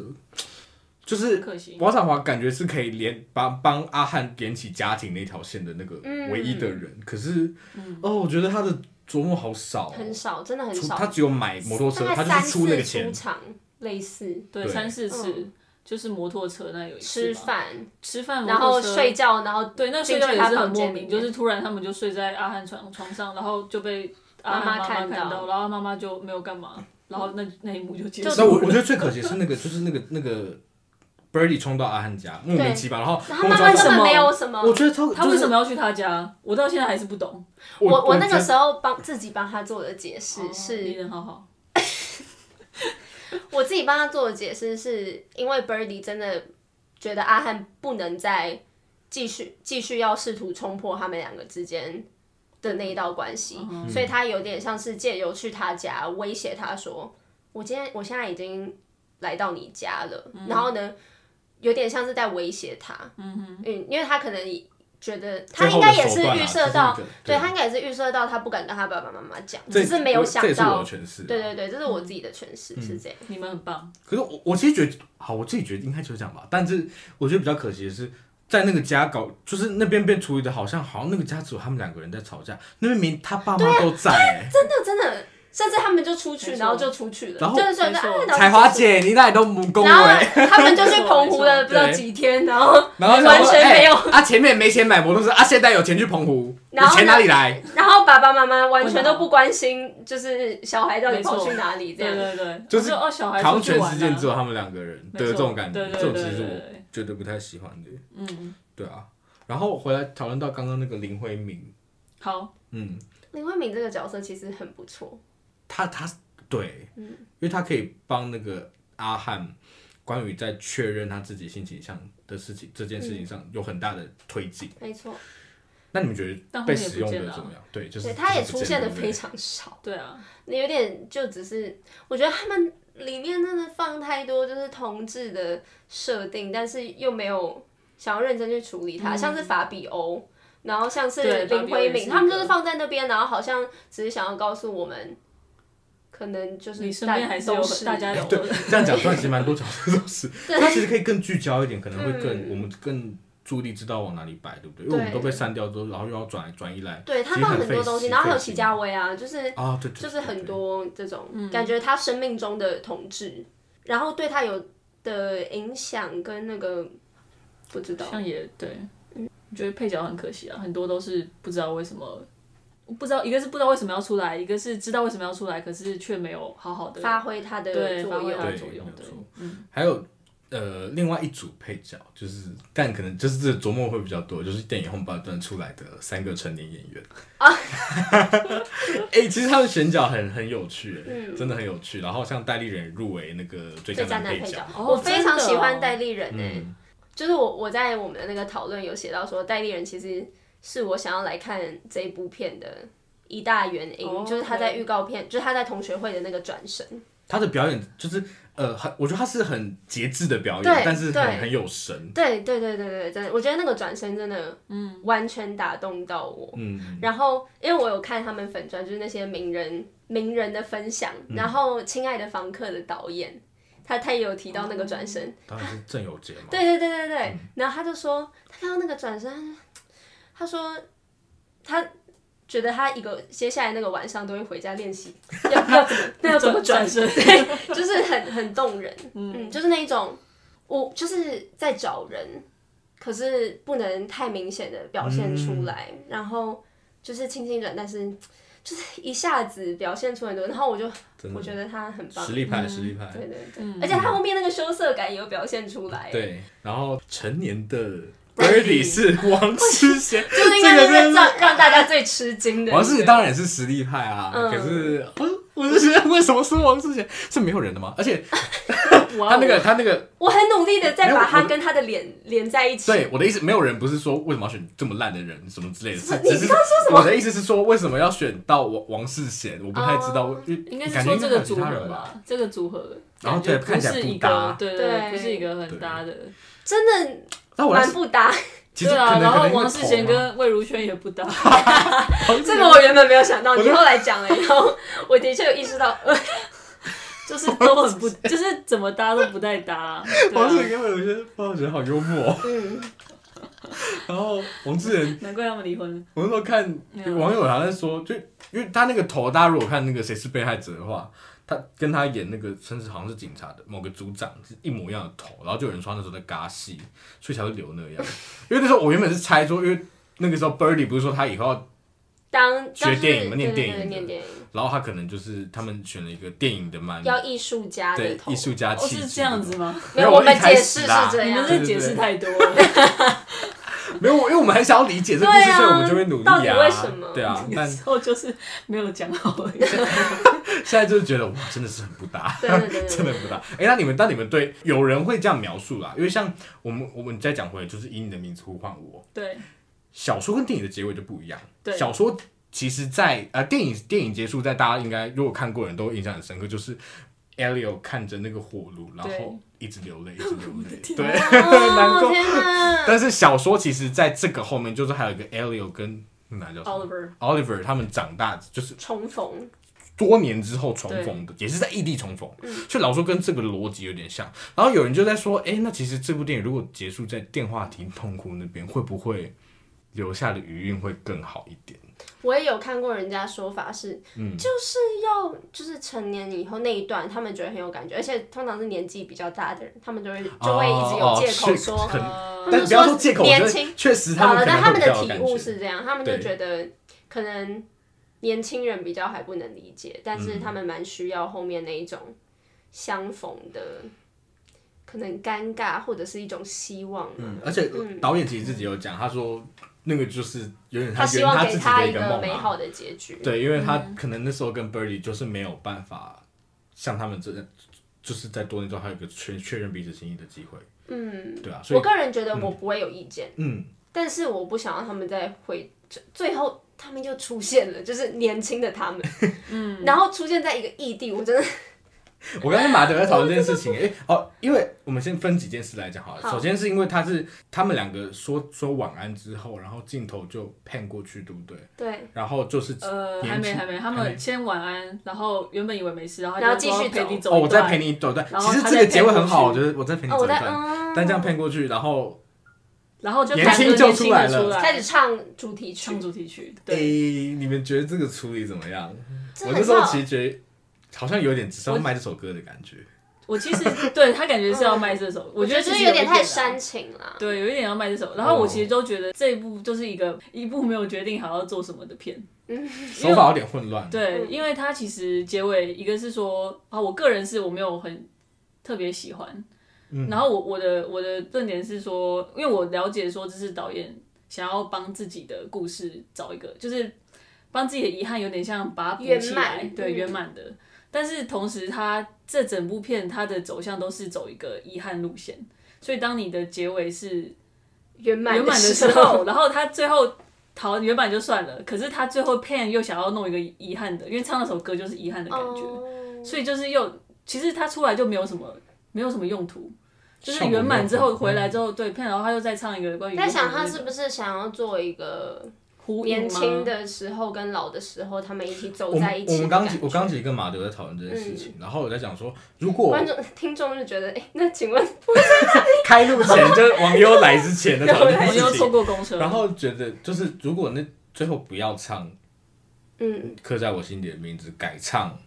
Speaker 1: 就是
Speaker 3: 可惜
Speaker 1: 王彩华感觉是可以连帮帮阿汉连起家庭那条线的那个
Speaker 2: 嗯
Speaker 1: 唯一的人，可是、哦，我觉得他的琢磨好少哦、
Speaker 2: 很少，真的很
Speaker 1: 出
Speaker 2: 少。
Speaker 1: 他只有买摩托车，
Speaker 2: 大
Speaker 1: 他就
Speaker 2: 概三
Speaker 1: 是出那个
Speaker 2: 次出
Speaker 1: 钱，
Speaker 2: 场，类似
Speaker 3: 对，
Speaker 1: 对
Speaker 3: 三四次
Speaker 2: 嗯
Speaker 3: 就是摩托车那有一
Speaker 2: 吃
Speaker 3: 次吧
Speaker 2: 饭，
Speaker 3: 吃饭，
Speaker 2: 然
Speaker 3: 摩
Speaker 2: 后
Speaker 3: 托车
Speaker 2: 睡。觉，然后
Speaker 3: 对，那
Speaker 2: 进
Speaker 3: 睡
Speaker 2: 去
Speaker 3: 觉也
Speaker 2: 他
Speaker 3: 是很
Speaker 2: 房间
Speaker 3: 莫
Speaker 2: 里
Speaker 3: 名，
Speaker 2: 面
Speaker 3: 就是突然他们就睡在阿汉床床上，然后就被阿汉
Speaker 2: 妈妈
Speaker 3: 妈
Speaker 2: 看
Speaker 3: 看
Speaker 2: 到
Speaker 3: 然后妈妈就没有干嘛，然后那那一幕就结
Speaker 1: 所以我
Speaker 3: 束
Speaker 1: 我
Speaker 3: 了。
Speaker 1: 觉得最可惜是那个就是那个那个 Birdy 冲到阿汉家莫名其妙，然后
Speaker 2: 然后
Speaker 1: 莫
Speaker 2: 妈
Speaker 1: 名其妙
Speaker 2: 妈根
Speaker 3: 什
Speaker 2: 本
Speaker 3: 么
Speaker 2: 没有什么。
Speaker 1: 我觉得超
Speaker 3: 他为什么
Speaker 1: 么
Speaker 3: 要去他家？我到现在还是不懂。
Speaker 1: 我
Speaker 2: 我那
Speaker 1: 觉
Speaker 2: 个
Speaker 1: 得
Speaker 2: 时候帮自己帮他做的解释
Speaker 3: 你
Speaker 2: 是，
Speaker 3: 人好好，
Speaker 2: 我自己帮他做的解释是因为 Birdy 真的觉得阿汉不能再继续继续要试图冲破他们两个之间的那一道关系，
Speaker 1: 嗯
Speaker 2: 所以他有点像是借由去他家威胁他说：“我今天我现在已经来到你家了。
Speaker 1: 嗯
Speaker 2: 然后呢，有点像是在威胁他，嗯嗯，因为他可能觉得他
Speaker 1: 最后
Speaker 2: 应
Speaker 1: 的
Speaker 2: 该也是
Speaker 1: 手段啊
Speaker 2: 预
Speaker 1: 就
Speaker 2: 设
Speaker 1: 是
Speaker 2: 到
Speaker 1: 那个，
Speaker 2: 对
Speaker 1: 对
Speaker 2: 他应该也是预设到他不敢跟他爸爸妈妈讲，
Speaker 1: 这
Speaker 2: 只是没有
Speaker 1: 我
Speaker 2: 想
Speaker 1: 这也是我
Speaker 2: 到
Speaker 1: 的。诠释啊、嗯
Speaker 2: 对对对，这是我自己的诠释，是这样。
Speaker 3: 你们很棒。
Speaker 1: 可是我我其实觉得，好，我自己觉得应该就这样吧。但是我觉得比较可惜的是，在那个家搞，就是那边被处理的好像好像那个家只有他们两个人在吵架，那边明明他爸
Speaker 3: 啊
Speaker 1: 妈都在、欸。
Speaker 2: 真的真的，甚至他们就出去，
Speaker 3: 没错
Speaker 2: 然后就出去了，
Speaker 1: 然后
Speaker 2: 就是说
Speaker 3: 没错
Speaker 2: 啊
Speaker 1: 彩华，姐，你那里都不恭
Speaker 2: 然后
Speaker 1: 维，
Speaker 2: 然后他们就去澎湖了，不知道
Speaker 1: 对
Speaker 2: 几天，然后
Speaker 1: 然后
Speaker 2: 完全没有
Speaker 1: 想说哎啊，前面没钱买摩托车啊，现在有钱去澎湖，你
Speaker 2: 然后呢
Speaker 1: 钱哪里来？
Speaker 2: 然后爸爸妈妈完全都不关心，就是小孩到底跑去哪里这
Speaker 3: 对
Speaker 2: 样。
Speaker 3: 对对，
Speaker 1: 就
Speaker 3: 我
Speaker 1: 是
Speaker 3: 哦，小孩
Speaker 1: 好像
Speaker 3: 出去
Speaker 1: 全
Speaker 3: 玩啊
Speaker 1: 世界
Speaker 3: 了
Speaker 1: 只有他们两个人
Speaker 3: 没
Speaker 1: 的这
Speaker 3: 错
Speaker 1: 种感觉，
Speaker 3: 对对
Speaker 1: 这种其
Speaker 3: 对
Speaker 1: 实
Speaker 3: 对
Speaker 1: 我
Speaker 3: 对
Speaker 1: 觉得不太喜欢的。
Speaker 3: 嗯，
Speaker 1: 对啊，然后回来讨论到刚刚那个林慧敏，
Speaker 3: 好，
Speaker 1: 嗯，
Speaker 2: 林慧敏这个角色其实很不错，
Speaker 3: 嗯
Speaker 1: 他他对，因为他可以帮那个阿汉关于在确认他自己性倾向的事情这件事情上有很大的推进。
Speaker 2: 没错，
Speaker 1: 那你们觉得
Speaker 3: 但
Speaker 1: 被
Speaker 3: 后面也
Speaker 1: 使用
Speaker 3: 不
Speaker 1: 的
Speaker 3: 见了啊
Speaker 1: 怎么样？对，就是
Speaker 2: 对，它也
Speaker 1: 就是
Speaker 2: 出
Speaker 1: 不
Speaker 2: 现
Speaker 1: 见了
Speaker 2: 的
Speaker 1: 对不
Speaker 2: 非
Speaker 1: 对
Speaker 2: 常少，
Speaker 3: 对啊，
Speaker 2: 你有点就只是，我觉得他们里面真的放太多就是同志的设定，但是又没有想要认真去处理它，像是法比欧，然后像是
Speaker 3: 嗯对
Speaker 2: 林
Speaker 3: 法比欧
Speaker 2: 徽
Speaker 3: 也是
Speaker 2: 敏，
Speaker 3: 一个
Speaker 2: 他们就是放在那边，然后好像只是想要告诉我们，可能就是
Speaker 3: 你身
Speaker 2: 大
Speaker 3: 边还是
Speaker 2: 都
Speaker 3: 有
Speaker 2: 是
Speaker 3: 大家有
Speaker 1: 对，这样讲突然其实蛮多角色都是，他其实可以更聚焦一点，可能会
Speaker 3: 嗯
Speaker 1: 更、我们更注意力知道往哪里摆，对不对？因为我们
Speaker 2: 对
Speaker 1: 都被删掉之后，然后又要转来转移来，
Speaker 2: 对他放很多东西，然后还有齐家威啊，就是
Speaker 1: 啊，对对
Speaker 2: 就是很。
Speaker 1: 对对
Speaker 2: 多这种
Speaker 3: 嗯
Speaker 2: 感觉，他生命中的同志，然后对他有的影响跟那个不 知道，
Speaker 3: 像也对，我觉得配角很可惜啊，很多都是不知道为什么，不知道一个是不知道为什么要出来，一个是知道为什么要出来，可是却没有好好的
Speaker 2: 发挥他的
Speaker 3: 对
Speaker 2: 作
Speaker 3: 发挥
Speaker 2: 用
Speaker 3: 它。的
Speaker 1: 对
Speaker 3: 作用
Speaker 1: 没有
Speaker 3: 对
Speaker 1: 错还有呃，另外一组配角就是，但可能就是这琢磨会比较多，就是电影后半段出来的三个成年演员 啊，哎、其实他们选角很很有趣、
Speaker 2: 嗯
Speaker 1: 真的很有趣。然后像戴立忍入围那个最佳
Speaker 2: 最佳
Speaker 1: 男
Speaker 2: 男
Speaker 1: 配
Speaker 2: 配
Speaker 1: 角
Speaker 2: 角，，
Speaker 3: 哦
Speaker 2: 我非常
Speaker 3: 真的哦
Speaker 2: 喜欢戴立人诶、
Speaker 1: 嗯，
Speaker 2: 就是我我在我们的那个讨论有写到说，戴立人其实是我想要来看这部片的一大原因，
Speaker 3: 哦
Speaker 2: 就是他在
Speaker 3: OK
Speaker 2: 预告片，就是他在同学会的那个转身，
Speaker 1: 他的表演就是呃，很我觉得他是很节制的表演
Speaker 2: 对，
Speaker 1: 但是
Speaker 2: 对
Speaker 1: 很很有神。
Speaker 2: 对对对对对，真的，我觉得那个转身真的，嗯，完全打动到我。
Speaker 1: 嗯，
Speaker 2: 然后因为我有看他们粉专，就是那些名人名人的分享，
Speaker 1: 嗯
Speaker 2: 然后《亲爱的房客》的导演，他他也有提到那个转身，
Speaker 1: 当然是郑有杰嘛。
Speaker 2: 对对对对对，然后他就说他看到那个转身，他说他。觉得他一个接下来那个晚上都会回家练习， 要要怎么那要怎么转
Speaker 3: 转身，
Speaker 2: 就是很很动人，嗯，就是那一种，我就是在找人，可是不能太明显的表现出来，然后就是轻轻软，但是就是一下子表现出很多，然后我就
Speaker 1: 真的
Speaker 2: 我觉得他很棒，
Speaker 1: 嗯实
Speaker 2: 对
Speaker 1: 力派，实力派。
Speaker 2: 对对，而且他后面那个羞涩感也有表现出来，，
Speaker 1: 对，然后成年的 Birdy
Speaker 2: Birdy
Speaker 1: 是王诗贤，
Speaker 2: 就是应该
Speaker 1: 这个
Speaker 2: 是
Speaker 1: 真的
Speaker 2: 让让大家最吃惊的，
Speaker 1: 王世贤当然也是实力派啊，
Speaker 2: 嗯
Speaker 1: 可是呃我就觉得为什么说王世贤 是没有人的吗？而且
Speaker 3: 哇
Speaker 1: 他
Speaker 3: 哦
Speaker 1: 那个他那个，
Speaker 2: 我很努力的在
Speaker 1: 没有
Speaker 2: 把他
Speaker 1: 我
Speaker 2: 跟他的脸连在一起，
Speaker 1: 对我的意思，没有人不是说为什么要选这么烂的人什么之 类的，是
Speaker 2: 你
Speaker 1: 只是
Speaker 2: 刚刚说什么
Speaker 1: 我的意思是说为什么要选到王王世贤，我不太知道，因为
Speaker 3: 哦应该是
Speaker 1: 感觉
Speaker 3: 说这
Speaker 1: 还
Speaker 3: 个
Speaker 1: 有其
Speaker 3: 组
Speaker 1: 他
Speaker 3: 合
Speaker 1: 人吧。
Speaker 3: 吧，这个组合，
Speaker 1: 然后
Speaker 3: 感觉
Speaker 1: 对看起来
Speaker 3: 不是
Speaker 1: 不
Speaker 3: 一
Speaker 1: 搭
Speaker 3: 个，对
Speaker 2: 对
Speaker 3: 对，不是一个很搭的，
Speaker 2: 真的
Speaker 1: 那我来
Speaker 2: 蛮不搭，
Speaker 1: 其实
Speaker 3: 对
Speaker 1: 可
Speaker 3: 啊。
Speaker 1: 能
Speaker 3: 然
Speaker 1: 可
Speaker 3: 后
Speaker 1: 能
Speaker 3: 王
Speaker 1: 是
Speaker 3: 世
Speaker 1: 头啊
Speaker 3: 贤
Speaker 1: 嘛
Speaker 3: 跟魏如萱也不搭，
Speaker 2: 这个我原本没有想到，
Speaker 1: 我
Speaker 2: 你
Speaker 1: 就
Speaker 2: 后来 讲了以后，我的确有意识到，呃
Speaker 3: 就是都 很不，就是怎么搭都不太搭。对
Speaker 1: 王
Speaker 3: 啊
Speaker 1: 世贤跟魏如萱，我觉得好幽默哦。
Speaker 2: 嗯。
Speaker 1: 然后王志仁，
Speaker 3: 难怪他们离婚了。
Speaker 1: 我那时候看
Speaker 3: 没
Speaker 2: 啊
Speaker 3: 有
Speaker 1: 网友好像在说，就因为他那个头，大家如果看那个谁是被害者的话，他跟他演那个甚至好像是警察的某个组长是一模一样的头，然后就有人说他那时候在嘎戏，所以才会留那 样。因为那时候我原本是猜说，因为那个时候 Birdy 不是说他以后要，
Speaker 2: 当
Speaker 1: 学
Speaker 2: 当
Speaker 1: 电影嘛
Speaker 2: 是
Speaker 1: 念
Speaker 2: 对
Speaker 1: 电影
Speaker 2: 对对
Speaker 1: 的
Speaker 2: 念电影
Speaker 1: 然后他可能就是他们选了一个电影的蛮
Speaker 2: 要艺术家的
Speaker 1: 对
Speaker 2: 头
Speaker 1: 艺术家
Speaker 3: 哦，
Speaker 1: 气质、
Speaker 3: 是这样子。吗？
Speaker 1: 没
Speaker 2: 没有
Speaker 1: 有
Speaker 2: 我
Speaker 1: 我
Speaker 2: 们
Speaker 1: 一开
Speaker 2: 解释
Speaker 1: 始
Speaker 2: 是
Speaker 1: 啦
Speaker 2: 这
Speaker 3: 你
Speaker 2: 样
Speaker 3: 们
Speaker 1: 对
Speaker 3: 这
Speaker 1: 对
Speaker 3: 解释
Speaker 1: 对
Speaker 3: 太多了。
Speaker 1: 没有，因为我们很想要理解这故
Speaker 2: 对
Speaker 1: 事，
Speaker 2: 啊
Speaker 1: 所以我们就会努力
Speaker 2: 到
Speaker 1: 啊。
Speaker 2: 底为什么
Speaker 1: 对 啊，
Speaker 3: 有
Speaker 1: 但
Speaker 3: 时候就是没有讲好而已。
Speaker 1: 现在就是觉得哇，真的是很不搭，
Speaker 2: 对对对 对
Speaker 1: 真的不搭。哎、那你们，那你们对有人会这样描述啦，因为像我们，我们再讲回来，就是以你的名字呼唤我，
Speaker 3: 对，
Speaker 1: 小说跟电影的结尾就不一样。
Speaker 3: 对
Speaker 1: 小说其实在呃电影电影结束在大家应该如果看过的人都印象很深刻，就是 Elio 看着那个火炉，然后一直流泪，一直流 泪，对，
Speaker 3: 啊
Speaker 1: 难
Speaker 2: 哦
Speaker 1: 过。
Speaker 2: 天哪！
Speaker 1: 但是小说其实在这个后面就是还有一个 Elio 跟那个男的叫什么
Speaker 3: Oliver
Speaker 1: Oliver 他们长大就是
Speaker 2: 重逢，
Speaker 1: 多年之后重逢的，也是在异地重逢，
Speaker 2: 嗯
Speaker 1: 所以老实说跟这个逻辑有点像。然后有人就在说，哎、那其实这部电影如果结束在电话亭痛哭那边，会不会留下的余韵会更好一点？
Speaker 2: 我也有看过人家说法是，
Speaker 1: 嗯
Speaker 2: 就是要就是成年以后那一段，他们觉得很有感觉，而且通常是年纪比较大的人，他们就会就会一直有借口说，
Speaker 1: 哦哦是可能
Speaker 3: 呃
Speaker 2: 他
Speaker 1: 但
Speaker 2: 们
Speaker 1: 不要
Speaker 2: 说
Speaker 1: 说借口，
Speaker 2: 年
Speaker 1: 我觉
Speaker 2: 轻
Speaker 1: 得确实他
Speaker 2: 好
Speaker 1: 们
Speaker 2: 了，
Speaker 1: 可
Speaker 2: 但
Speaker 1: 能
Speaker 2: 他
Speaker 1: 会
Speaker 2: 们
Speaker 1: 比
Speaker 2: 的
Speaker 1: 较有
Speaker 2: 体
Speaker 1: 感
Speaker 2: 悟
Speaker 1: 觉。
Speaker 2: 是这样，他们就
Speaker 1: 对
Speaker 2: 觉得可能年轻人比较还不能理解，但
Speaker 1: 嗯
Speaker 2: 是他们蛮需要后面那一种相逢的，可能尴尬或者是一种希望啊。
Speaker 1: 嗯，而且导演其实自己有讲，他说那个就是有点
Speaker 2: 他
Speaker 1: 圆
Speaker 2: 希望
Speaker 1: 他
Speaker 2: 给
Speaker 1: 自己
Speaker 2: 他
Speaker 1: 一
Speaker 2: 一
Speaker 1: 个
Speaker 2: 个
Speaker 1: 梦啊
Speaker 2: 美
Speaker 1: 嘛
Speaker 2: 好的结局。
Speaker 3: 嗯
Speaker 1: 对，因为他可能那时候跟 Birdy 就是没有办法像他们这就是在多年中还有一个确确认彼此心意的机会。嗯，对啊，所
Speaker 2: 我
Speaker 1: 以
Speaker 2: 个人觉得我不会有意见，
Speaker 1: 嗯，
Speaker 2: 但是我不想让他们再回，最最后他们就出现了，就是年轻 的他们，嗯，然后出现在一个异地，我真的
Speaker 1: 我刚才马德在讨论这件事情，哎、哦，因为我们先分几件事来讲好了。
Speaker 2: 好
Speaker 1: 首先是因为他是他们两个说说晚安之后，然后镜头就 pan 过去，对不对？
Speaker 2: 对，
Speaker 1: 然后就是
Speaker 3: 呃，还
Speaker 1: 年
Speaker 3: 没
Speaker 1: 轻
Speaker 3: 还没，他
Speaker 1: 还没
Speaker 3: 们先晚安，然后原本以为没事，然后
Speaker 2: 然后
Speaker 3: 他就说
Speaker 2: 继续
Speaker 3: 陪你
Speaker 2: 走
Speaker 3: 走一
Speaker 1: 哦，我再
Speaker 3: 段
Speaker 1: 陪你走一段。
Speaker 3: 然后
Speaker 1: 其实
Speaker 3: 他
Speaker 1: 这
Speaker 3: 再
Speaker 1: 个结尾很好，我
Speaker 3: 骗
Speaker 1: 觉得我再陪你
Speaker 2: 哦，
Speaker 1: 走
Speaker 2: 我
Speaker 1: 一
Speaker 2: 在
Speaker 1: 段。
Speaker 2: 嗯，
Speaker 1: 但这样骗过去，然后
Speaker 3: 然后就
Speaker 1: 年
Speaker 3: 感
Speaker 1: 轻
Speaker 3: 觉
Speaker 1: 就
Speaker 3: 年
Speaker 1: 出
Speaker 3: 轻
Speaker 1: 来
Speaker 3: 的
Speaker 1: 了
Speaker 3: 出来，
Speaker 2: 开始唱主题曲
Speaker 3: 唱，主题曲，
Speaker 1: 诶、
Speaker 3: 对，
Speaker 1: 你们觉得这个处理怎么样？
Speaker 2: 这
Speaker 1: 我
Speaker 2: 很
Speaker 1: 那时候
Speaker 2: 好
Speaker 1: 其实觉得好像有点只是要
Speaker 3: 我
Speaker 1: 卖这首歌的感觉。
Speaker 3: 我其实对他感觉是要卖这首，
Speaker 2: 我
Speaker 3: 觉得
Speaker 2: 就是
Speaker 3: 其实
Speaker 2: 有
Speaker 3: 有
Speaker 2: 点
Speaker 3: 一
Speaker 2: 太
Speaker 3: 啦
Speaker 2: 煽情了，
Speaker 3: 对，有一点要卖这首。然后我
Speaker 1: 哦
Speaker 3: 其实都觉得这一部就是一个一部没有决定好要做什么的片。
Speaker 1: 手法有点混乱。
Speaker 3: 对，
Speaker 2: 嗯
Speaker 3: 因为它其实结尾一个是说啊，我个人是我没有很特别喜欢。然后我我的我的论点是说，因为我了解说这是导演想要帮自己的故事找一个，就是帮自己的遗憾有点像把它补起
Speaker 2: 圆
Speaker 3: 来
Speaker 2: 满，嗯
Speaker 3: 对，圆满的。但是同时，它这整部片它的走向都是走一个遗憾路线，所以当你的结尾是
Speaker 2: 圆满
Speaker 3: 圆满的时
Speaker 2: 时
Speaker 3: 候，，然后他最后逃原版就算了，可是他最后 Pan 又想要弄一个遗憾的，因为唱那首歌就是遗憾的感觉，
Speaker 2: 哦
Speaker 3: 所以就是又其实他出来就没有什么没有什么用途，就是
Speaker 1: 效果
Speaker 3: 圆满之
Speaker 1: 没
Speaker 3: 后
Speaker 1: 有
Speaker 3: 回来之后对 Pan，然后他又再唱一个关于
Speaker 2: 在想他
Speaker 3: 他
Speaker 2: 是不是想要做一个
Speaker 3: 呼应
Speaker 2: 年
Speaker 3: 吗
Speaker 2: 轻的时候跟老的时候他们一起走
Speaker 1: 我
Speaker 2: 在
Speaker 1: 们
Speaker 2: 一
Speaker 1: 我
Speaker 2: 起
Speaker 1: 们
Speaker 2: 的
Speaker 1: 刚
Speaker 2: 感
Speaker 1: 几
Speaker 2: 觉。嗯
Speaker 1: 我刚几跟马德在讨论这件事情，然后我在讲说，如果
Speaker 2: 观众听众就觉得，哎、那请问
Speaker 1: 开路前就是网友来之前 的讨论
Speaker 3: 我
Speaker 1: 这
Speaker 3: 们 又
Speaker 1: 件事
Speaker 3: 错
Speaker 1: 情，
Speaker 3: 过公车，
Speaker 1: 然后觉得就是如果那最后不要唱
Speaker 2: 嗯，
Speaker 1: 刻在我心底的名字，改唱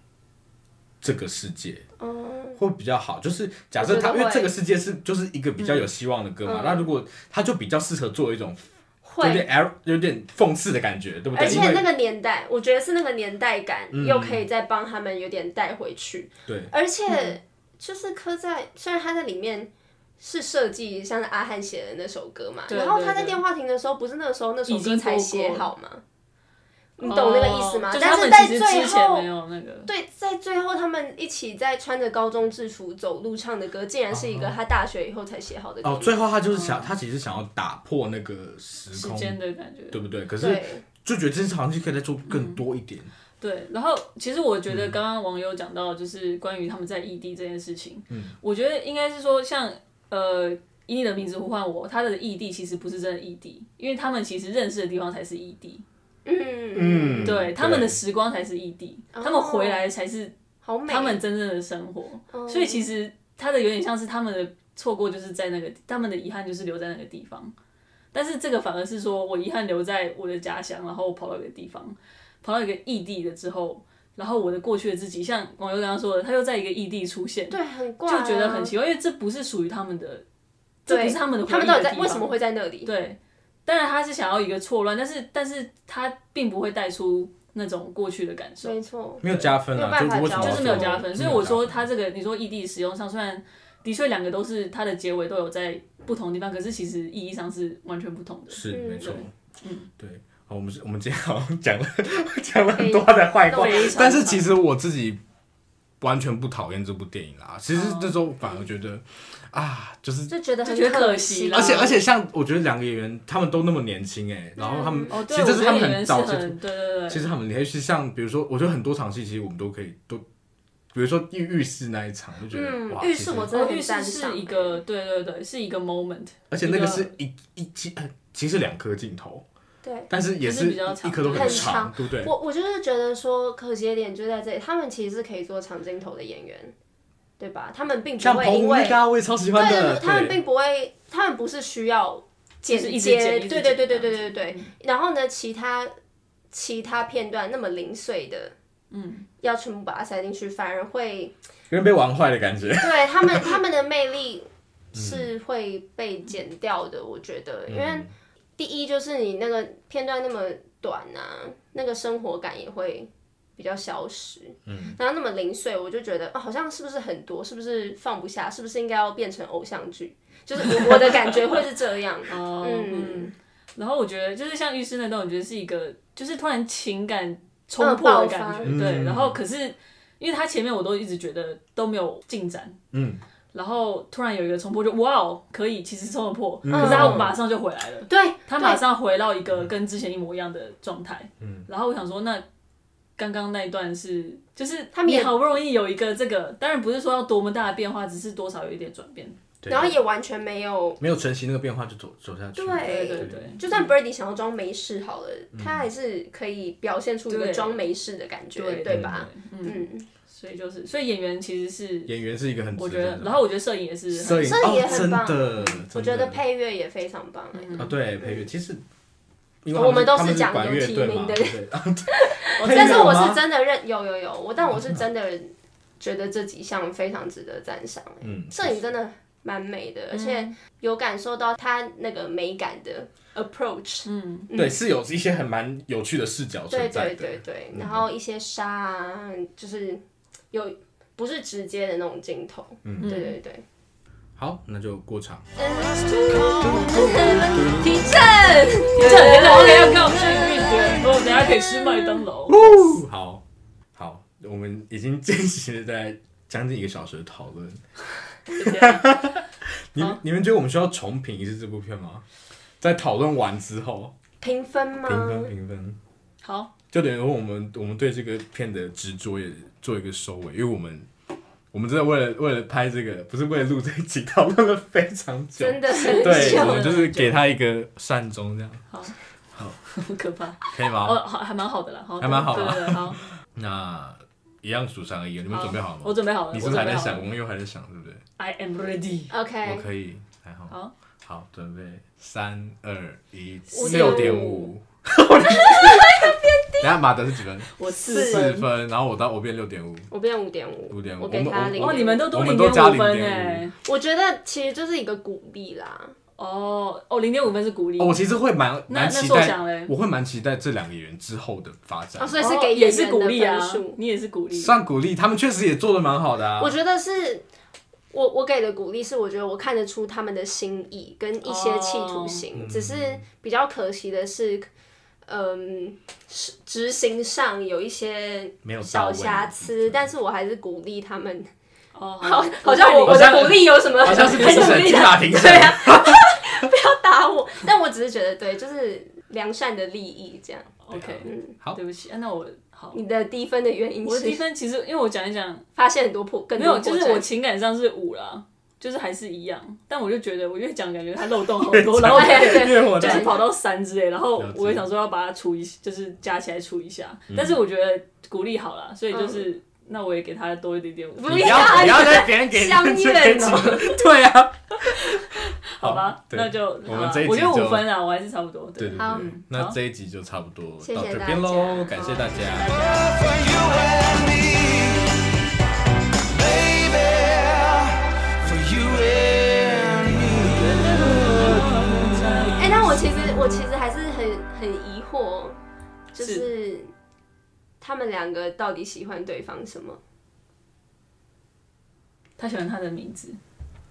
Speaker 1: 这个世界
Speaker 2: 哦，
Speaker 1: 会比较好。就是假设他
Speaker 2: 我觉
Speaker 1: 因
Speaker 2: 得
Speaker 1: 为
Speaker 2: 会
Speaker 1: 这个世界是就是一个比较有希望的歌嘛，
Speaker 2: 嗯
Speaker 1: 那如果他就比较适合做一种有点
Speaker 2: 会，
Speaker 1: L 有点讽刺的感觉，嗯对不对？
Speaker 2: 而
Speaker 1: 因
Speaker 2: 且
Speaker 1: 为
Speaker 2: 那个年代，我觉得是那个年代感，又可以再帮他们有点带回去，
Speaker 1: 对
Speaker 2: 而
Speaker 3: 嗯
Speaker 2: 且就是刻在，虽然他在里面。是设计像是阿汉写的那首歌嘛，
Speaker 3: 对
Speaker 2: 然后他
Speaker 3: 对
Speaker 2: 在
Speaker 3: 对
Speaker 2: 电话亭的时候，不是那个时候那首
Speaker 3: 已
Speaker 2: 歌
Speaker 3: 经
Speaker 2: 才
Speaker 3: 播
Speaker 2: 写
Speaker 3: 过了
Speaker 2: 好吗？你懂那个意思吗？
Speaker 3: 哦就是
Speaker 2: 但
Speaker 3: 他
Speaker 2: 是
Speaker 3: 们
Speaker 2: 在
Speaker 3: 其实
Speaker 2: 最
Speaker 3: 之前
Speaker 2: 后
Speaker 3: 没，有那个，
Speaker 2: 对，在最后他们一起在穿着高中制服走路唱的歌，竟然是一
Speaker 3: 哦
Speaker 2: 个他大学以后才写好的歌。
Speaker 1: 哦，最后他就是想他其实想要打破那个时
Speaker 3: 嗯时
Speaker 1: 空，
Speaker 3: 间的感觉，
Speaker 1: 对不对？可是
Speaker 2: 对，
Speaker 1: 就觉得这件事好像就可以再做更多一点。
Speaker 3: 对，然后其实我觉得刚刚网友讲到，就是关于他们在异地这件事情，嗯我觉得应该是说像呃，以你的名字呼唤我，他的异地其实不是真的异地，因为他们其实认识的地方才是异地，
Speaker 2: 嗯，
Speaker 1: 嗯
Speaker 3: 对，他们的时光才是异地，他们回来才是
Speaker 2: 好美。
Speaker 3: 他们真正的生活，
Speaker 2: 哦
Speaker 3: 所以其实他的有点像是他们的错过，就是在那个他们的遗憾就是留在那个地方，但是这个反而是说我遗憾留在我的家乡，然后跑到一个地方，跑到一个异地了之后，然后我的过去的自己，像网友刚刚说的，他又在一个异地出现，
Speaker 2: 对很怪、啊
Speaker 3: 就觉得很奇怪，因为这不是属于他们的，这不
Speaker 2: 对
Speaker 3: 是他们的回
Speaker 2: 他们
Speaker 3: 忆
Speaker 2: 到底
Speaker 3: 的
Speaker 2: 在
Speaker 3: 地
Speaker 2: 为什
Speaker 3: 方
Speaker 2: 么会在那里？
Speaker 3: 对，当然他是想要一个错乱，但是但是他并不会带出那种过去的感受。
Speaker 2: 没错，
Speaker 1: 没有加分
Speaker 2: 没有
Speaker 1: 啊，
Speaker 2: 办
Speaker 1: 就
Speaker 2: 法
Speaker 1: 是为什么要
Speaker 2: 加
Speaker 3: 就是没有加
Speaker 2: 哦
Speaker 3: 分，
Speaker 1: 做
Speaker 3: 所以我说它这个你说异地使用上，虽然的确两个都是它的结尾都有在不同地方，可是其实意义上是完全不同的。
Speaker 1: 是
Speaker 2: 嗯
Speaker 1: 没错
Speaker 3: 对，
Speaker 1: 嗯，对。好，我们是我们今天好像讲了讲了很多的坏话
Speaker 2: 非常，
Speaker 1: 但是其实我自己完全不讨厌这部电影啦。其实那时候反而觉得啊，
Speaker 3: 嗯
Speaker 1: 就是
Speaker 2: 就觉得很
Speaker 3: 就觉得
Speaker 2: 可
Speaker 3: 可惜啦
Speaker 1: 而且而且像我觉得两个演员他们都那么年轻哎，然后他们
Speaker 3: 哦，
Speaker 1: 其
Speaker 3: 对，
Speaker 1: 实
Speaker 3: 我
Speaker 1: 这是
Speaker 3: 觉
Speaker 1: 他
Speaker 3: 得
Speaker 1: 们
Speaker 3: 演员
Speaker 1: 很
Speaker 3: 是
Speaker 1: 早就
Speaker 3: 很对对
Speaker 1: 其
Speaker 3: 对，
Speaker 1: 实他们连续像比如说，我觉得很多场戏其实我们都可以都，比如说浴浴室那一场，就觉得、
Speaker 2: 嗯
Speaker 1: 哇，
Speaker 2: 浴
Speaker 1: 其
Speaker 2: 室
Speaker 1: 实
Speaker 2: 我真的
Speaker 3: 哦，
Speaker 2: 很
Speaker 3: 浴
Speaker 2: 赞
Speaker 3: 室
Speaker 2: 赏
Speaker 3: 是一个对对对，是一个 moment，
Speaker 1: 而且那个
Speaker 3: 一个
Speaker 1: 是一一其呃其实两颗镜头，
Speaker 2: 对。
Speaker 1: 但是也
Speaker 3: 就是是比较
Speaker 1: 一
Speaker 3: 长
Speaker 1: 颗都
Speaker 2: 很
Speaker 1: 长，
Speaker 2: 长
Speaker 1: 对不对？
Speaker 2: 我我就是觉得说，可惜的点就在这里，他们其实是可以做长镜头的演员，对吧？他们并不
Speaker 1: 像
Speaker 2: 会
Speaker 1: 澎
Speaker 2: 因
Speaker 1: 湖那
Speaker 2: 为
Speaker 1: 个啊我也超喜欢
Speaker 2: 对
Speaker 1: 的，
Speaker 2: 对，他们并不会，他们不是需要剪
Speaker 3: 就是一直
Speaker 2: 接，
Speaker 3: 剪一直
Speaker 2: 对对
Speaker 3: 剪
Speaker 2: 对对
Speaker 3: 这
Speaker 2: 对
Speaker 3: 样
Speaker 2: 对对。然后呢，其他其他片段那么零碎的，嗯，要全部把它塞进去，反而会
Speaker 1: 有点被玩坏的感觉。
Speaker 2: 对他 们他们的魅力是会被剪掉的，我觉得，因为第一就是你那个片段那么短啊，那个生活感也会。比较消失，嗯，然后那么零碎，我就觉得、啊、好像是不是很多，是不是放不下，是不是应该要变成偶像剧？就是我我的感觉会是这 样，
Speaker 3: 哦
Speaker 2: 嗯，
Speaker 3: 然后我觉得就是像浴室那段，我觉得是一个就是突然情感冲
Speaker 2: 嗯
Speaker 3: 破
Speaker 2: 爆
Speaker 3: 的感觉，
Speaker 1: 发
Speaker 3: 对。
Speaker 1: 嗯
Speaker 3: 然后可是因为他前面我都一直觉得都没有进展，
Speaker 1: 嗯，
Speaker 3: 然后突然有一个冲破就，哇哦，可以，其实冲得破，
Speaker 1: 嗯
Speaker 3: 可是他
Speaker 2: 嗯
Speaker 3: 马上就回来了，
Speaker 2: 对，
Speaker 3: 他马上回到一个跟之前一模一样的状态，嗯，然后我想说，那刚刚那一段是，就是
Speaker 2: 他们也
Speaker 3: 你好不容易有一个这个，当然不是说要多么大的变化，只是多少有一点转变，
Speaker 2: 对，然后也完全没有，
Speaker 1: 没有承袭那个变化就走走下去。
Speaker 2: 对嗯
Speaker 3: 对对
Speaker 2: 就算 Birdy 想要装没事好了，他还是可以表现出一个
Speaker 3: 对
Speaker 2: 装没事的感觉，
Speaker 3: 对
Speaker 2: 对吧？
Speaker 3: 嗯，所以就是，所以演员其实是
Speaker 1: 演员是一个很值
Speaker 3: 我觉得，
Speaker 1: 的
Speaker 3: 然后我觉得摄影也是很，
Speaker 1: 摄影
Speaker 2: 摄影也
Speaker 1: 哦
Speaker 2: 很
Speaker 1: 真
Speaker 2: 棒
Speaker 1: 的，真
Speaker 2: 我觉
Speaker 1: 的
Speaker 2: 得配乐也非常棒、欸，
Speaker 1: 啊，对配乐其实。因为
Speaker 2: 我们都
Speaker 1: 他
Speaker 2: 是
Speaker 1: 们
Speaker 2: 讲
Speaker 1: 管
Speaker 2: 有
Speaker 1: 乐
Speaker 2: 提
Speaker 1: 队
Speaker 2: 名
Speaker 1: 嘛
Speaker 2: 的
Speaker 1: 对哦配
Speaker 2: 但
Speaker 1: 乐
Speaker 2: 是
Speaker 1: 有
Speaker 2: 我
Speaker 1: 吗
Speaker 2: 是真的认有有有，我但我是真的觉得这几项非常值得赞赏、欸。
Speaker 1: 嗯
Speaker 2: 摄影真的蛮美的，而且有感受到它那个美感的 approach，、
Speaker 3: 嗯，
Speaker 1: 对，是有一些很蛮有趣的视角
Speaker 2: 对
Speaker 1: 存在
Speaker 2: 对
Speaker 1: 的。嗯
Speaker 2: 对对，然后一些沙啊，就是有不是直接的那种镜头，
Speaker 1: 嗯
Speaker 2: 对对对。
Speaker 1: 好，那就过场。
Speaker 2: 提振，
Speaker 3: 这真的 OK 要告诉运点，我等下可以吃麦当 劳，
Speaker 1: 好，好，我们已经 进行了在将近一个小时的讨论。
Speaker 3: 就这样
Speaker 1: 你
Speaker 3: 嗯
Speaker 1: 们你们觉得我们需要重评一次这部片吗？在讨论完之后，
Speaker 2: 评分
Speaker 3: 嗯
Speaker 1: 评
Speaker 2: 吗
Speaker 1: 分？评分，
Speaker 3: 好，
Speaker 1: 就等于说我们我们对这个片的执着也做一个收尾，因为我们我们真的为了为了拍这个，不是为了录这一集，讨论了非常久。
Speaker 2: 真的
Speaker 1: 对，我
Speaker 3: 笑
Speaker 1: 们就是给他一个善终，这样
Speaker 3: 很可怕，
Speaker 1: 可以吗？
Speaker 3: 哦，好，还蛮好的啦，好，
Speaker 1: 还蛮好
Speaker 3: 对
Speaker 1: 啊
Speaker 3: 对对，好，
Speaker 1: 那一样数三而已，你们准备 好了
Speaker 3: 哦我
Speaker 1: 吗？
Speaker 3: 准备好了，
Speaker 1: 你是
Speaker 3: 我
Speaker 1: 不是还
Speaker 3: 准备
Speaker 1: 在
Speaker 3: 好
Speaker 1: 想？
Speaker 3: 了
Speaker 1: 我们又还在想，对不对？
Speaker 3: ，I am ready，
Speaker 1: 我
Speaker 2: ，OK，
Speaker 1: 可以，还好。
Speaker 3: 哎好，
Speaker 1: 好，准备三二一，
Speaker 3: 五
Speaker 1: 六
Speaker 3: 点
Speaker 1: 点
Speaker 3: 五
Speaker 1: 五。 等一下马德是几分？
Speaker 3: 我四
Speaker 1: 四
Speaker 3: 分，
Speaker 1: 分，然后我到我变六点五，
Speaker 2: 我变五点五，
Speaker 1: 五点五。
Speaker 2: 我给他零
Speaker 3: 哦，你们都多
Speaker 1: 我
Speaker 3: 零
Speaker 1: 们
Speaker 3: 点
Speaker 1: 都加
Speaker 3: 五
Speaker 1: 零
Speaker 3: 分
Speaker 1: 点
Speaker 3: 哎，
Speaker 2: 我觉得其实就是一个鼓励啦，
Speaker 3: 哦哦，零点五分是鼓励
Speaker 1: 五。哦，，我其实会蛮
Speaker 3: 那
Speaker 1: 蛮
Speaker 3: 那
Speaker 1: 期
Speaker 3: 受奖
Speaker 1: 待
Speaker 3: 嘞，
Speaker 1: 我会蛮期待这两个演员之后的发展
Speaker 2: 哦，。所以是给
Speaker 3: 也
Speaker 2: 演
Speaker 3: 是
Speaker 2: 员
Speaker 3: 鼓励
Speaker 2: 的
Speaker 3: 啊
Speaker 2: 分数，。
Speaker 3: 你也是鼓励，
Speaker 1: 算鼓励，他们确实也做的蛮好的啊
Speaker 2: 我。觉得是我我给的鼓励是，我觉得我看得出他们的心意跟一些企
Speaker 3: 哦
Speaker 2: 图心，
Speaker 1: 嗯
Speaker 2: 只是比较可惜的是，嗯，是执行上有一些
Speaker 1: 没有到
Speaker 2: 小
Speaker 1: 位嗯
Speaker 2: 瑕疵，但是我还是鼓励他们。
Speaker 3: 哦，
Speaker 2: 好，好像我
Speaker 1: 好
Speaker 2: 我
Speaker 1: 像
Speaker 2: 的鼓励有什么
Speaker 1: 好像是评
Speaker 2: 很努
Speaker 1: 审
Speaker 2: 力
Speaker 1: 金
Speaker 2: 的，
Speaker 1: 马评
Speaker 2: 对
Speaker 1: 审，
Speaker 2: 啊，不要打我。但我只是觉得，对，就是良善的利益这样。
Speaker 3: OK，
Speaker 2: 嗯，
Speaker 1: 好
Speaker 3: 对不起，啊那我好，
Speaker 2: 你的低分的原因
Speaker 3: 我的低
Speaker 2: 是
Speaker 3: 分其实因为我讲一讲，
Speaker 2: 发现很多破，更
Speaker 3: 没
Speaker 2: 多
Speaker 3: 有，就是
Speaker 2: 破绽
Speaker 3: 我情感上是五啦，就是还是一样，但我就觉得我越讲感觉它漏洞好多，然后
Speaker 2: 对
Speaker 1: 因
Speaker 2: 对
Speaker 1: 为我
Speaker 3: 就
Speaker 1: 的
Speaker 3: 是跑到三之类，然后
Speaker 1: 了解嗯
Speaker 3: 我也想说要把它除一，就是加起来除一下，但是我觉得鼓励好了，所以就是那我也给他多一点点五，
Speaker 2: 不
Speaker 1: 你不要 不要 再别人给你
Speaker 2: 相怨哦
Speaker 1: 这边几分对啊，
Speaker 3: 好吧，
Speaker 1: 对
Speaker 3: 那就
Speaker 1: 我
Speaker 3: 好啦
Speaker 1: 们这一集
Speaker 3: 我觉得
Speaker 1: 就
Speaker 3: 五分啊，嗯我还是差不多，
Speaker 1: 对对
Speaker 2: 好
Speaker 1: 对，那这一集就差不多
Speaker 2: 谢谢
Speaker 1: 到这
Speaker 2: 大
Speaker 1: 边喽，
Speaker 2: 家
Speaker 1: 感谢大家。
Speaker 4: for you and me, baby, for you and me.
Speaker 2: 哎、但我其实我其实还是很很疑惑，就是他们两个到底喜欢对方什么？
Speaker 3: 他喜欢他的名字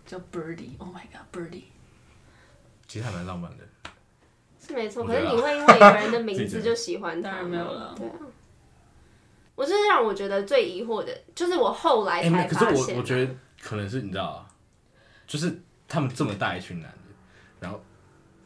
Speaker 3: 叫 Birdy，Oh my God，Birdy，
Speaker 1: 其实还蛮浪漫的。
Speaker 2: 是没错，
Speaker 1: 我
Speaker 2: 可
Speaker 1: 觉得啊
Speaker 2: 是你会因为一个人的
Speaker 1: 自
Speaker 2: 名
Speaker 1: 己觉
Speaker 2: 字
Speaker 1: 得
Speaker 2: 就喜欢他
Speaker 3: 当
Speaker 2: 吗？
Speaker 3: 然没有了
Speaker 2: 对啊，我是让我觉得最疑惑的，就是我后来
Speaker 1: 哎、没
Speaker 2: 才
Speaker 1: 有可是
Speaker 2: 发现、
Speaker 1: 我我觉得可能是你知道啊，就是他们这么大一群男的，然后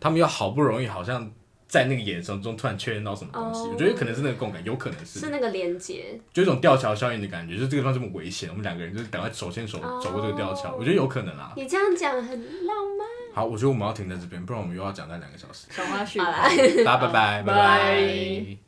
Speaker 1: 他们又好不容易好像在那个眼神中突然确认到什么东西
Speaker 2: 哦
Speaker 1: 我觉得可能是那个共感，有可能是
Speaker 2: 是那个连接，
Speaker 1: 就有一种吊桥效应的感觉，就是这个地方这么危险，我们两个人就是赶快手牵手
Speaker 2: 哦
Speaker 1: 走过这个吊桥我觉得有可能啦。
Speaker 2: 你这样讲很浪漫。
Speaker 1: 好， 我觉得我们要停在这边，不然我们又要讲那两个小时。
Speaker 3: 小花絮。
Speaker 2: 好啦
Speaker 1: 大家拜拜，拜
Speaker 3: 拜
Speaker 1: 拜。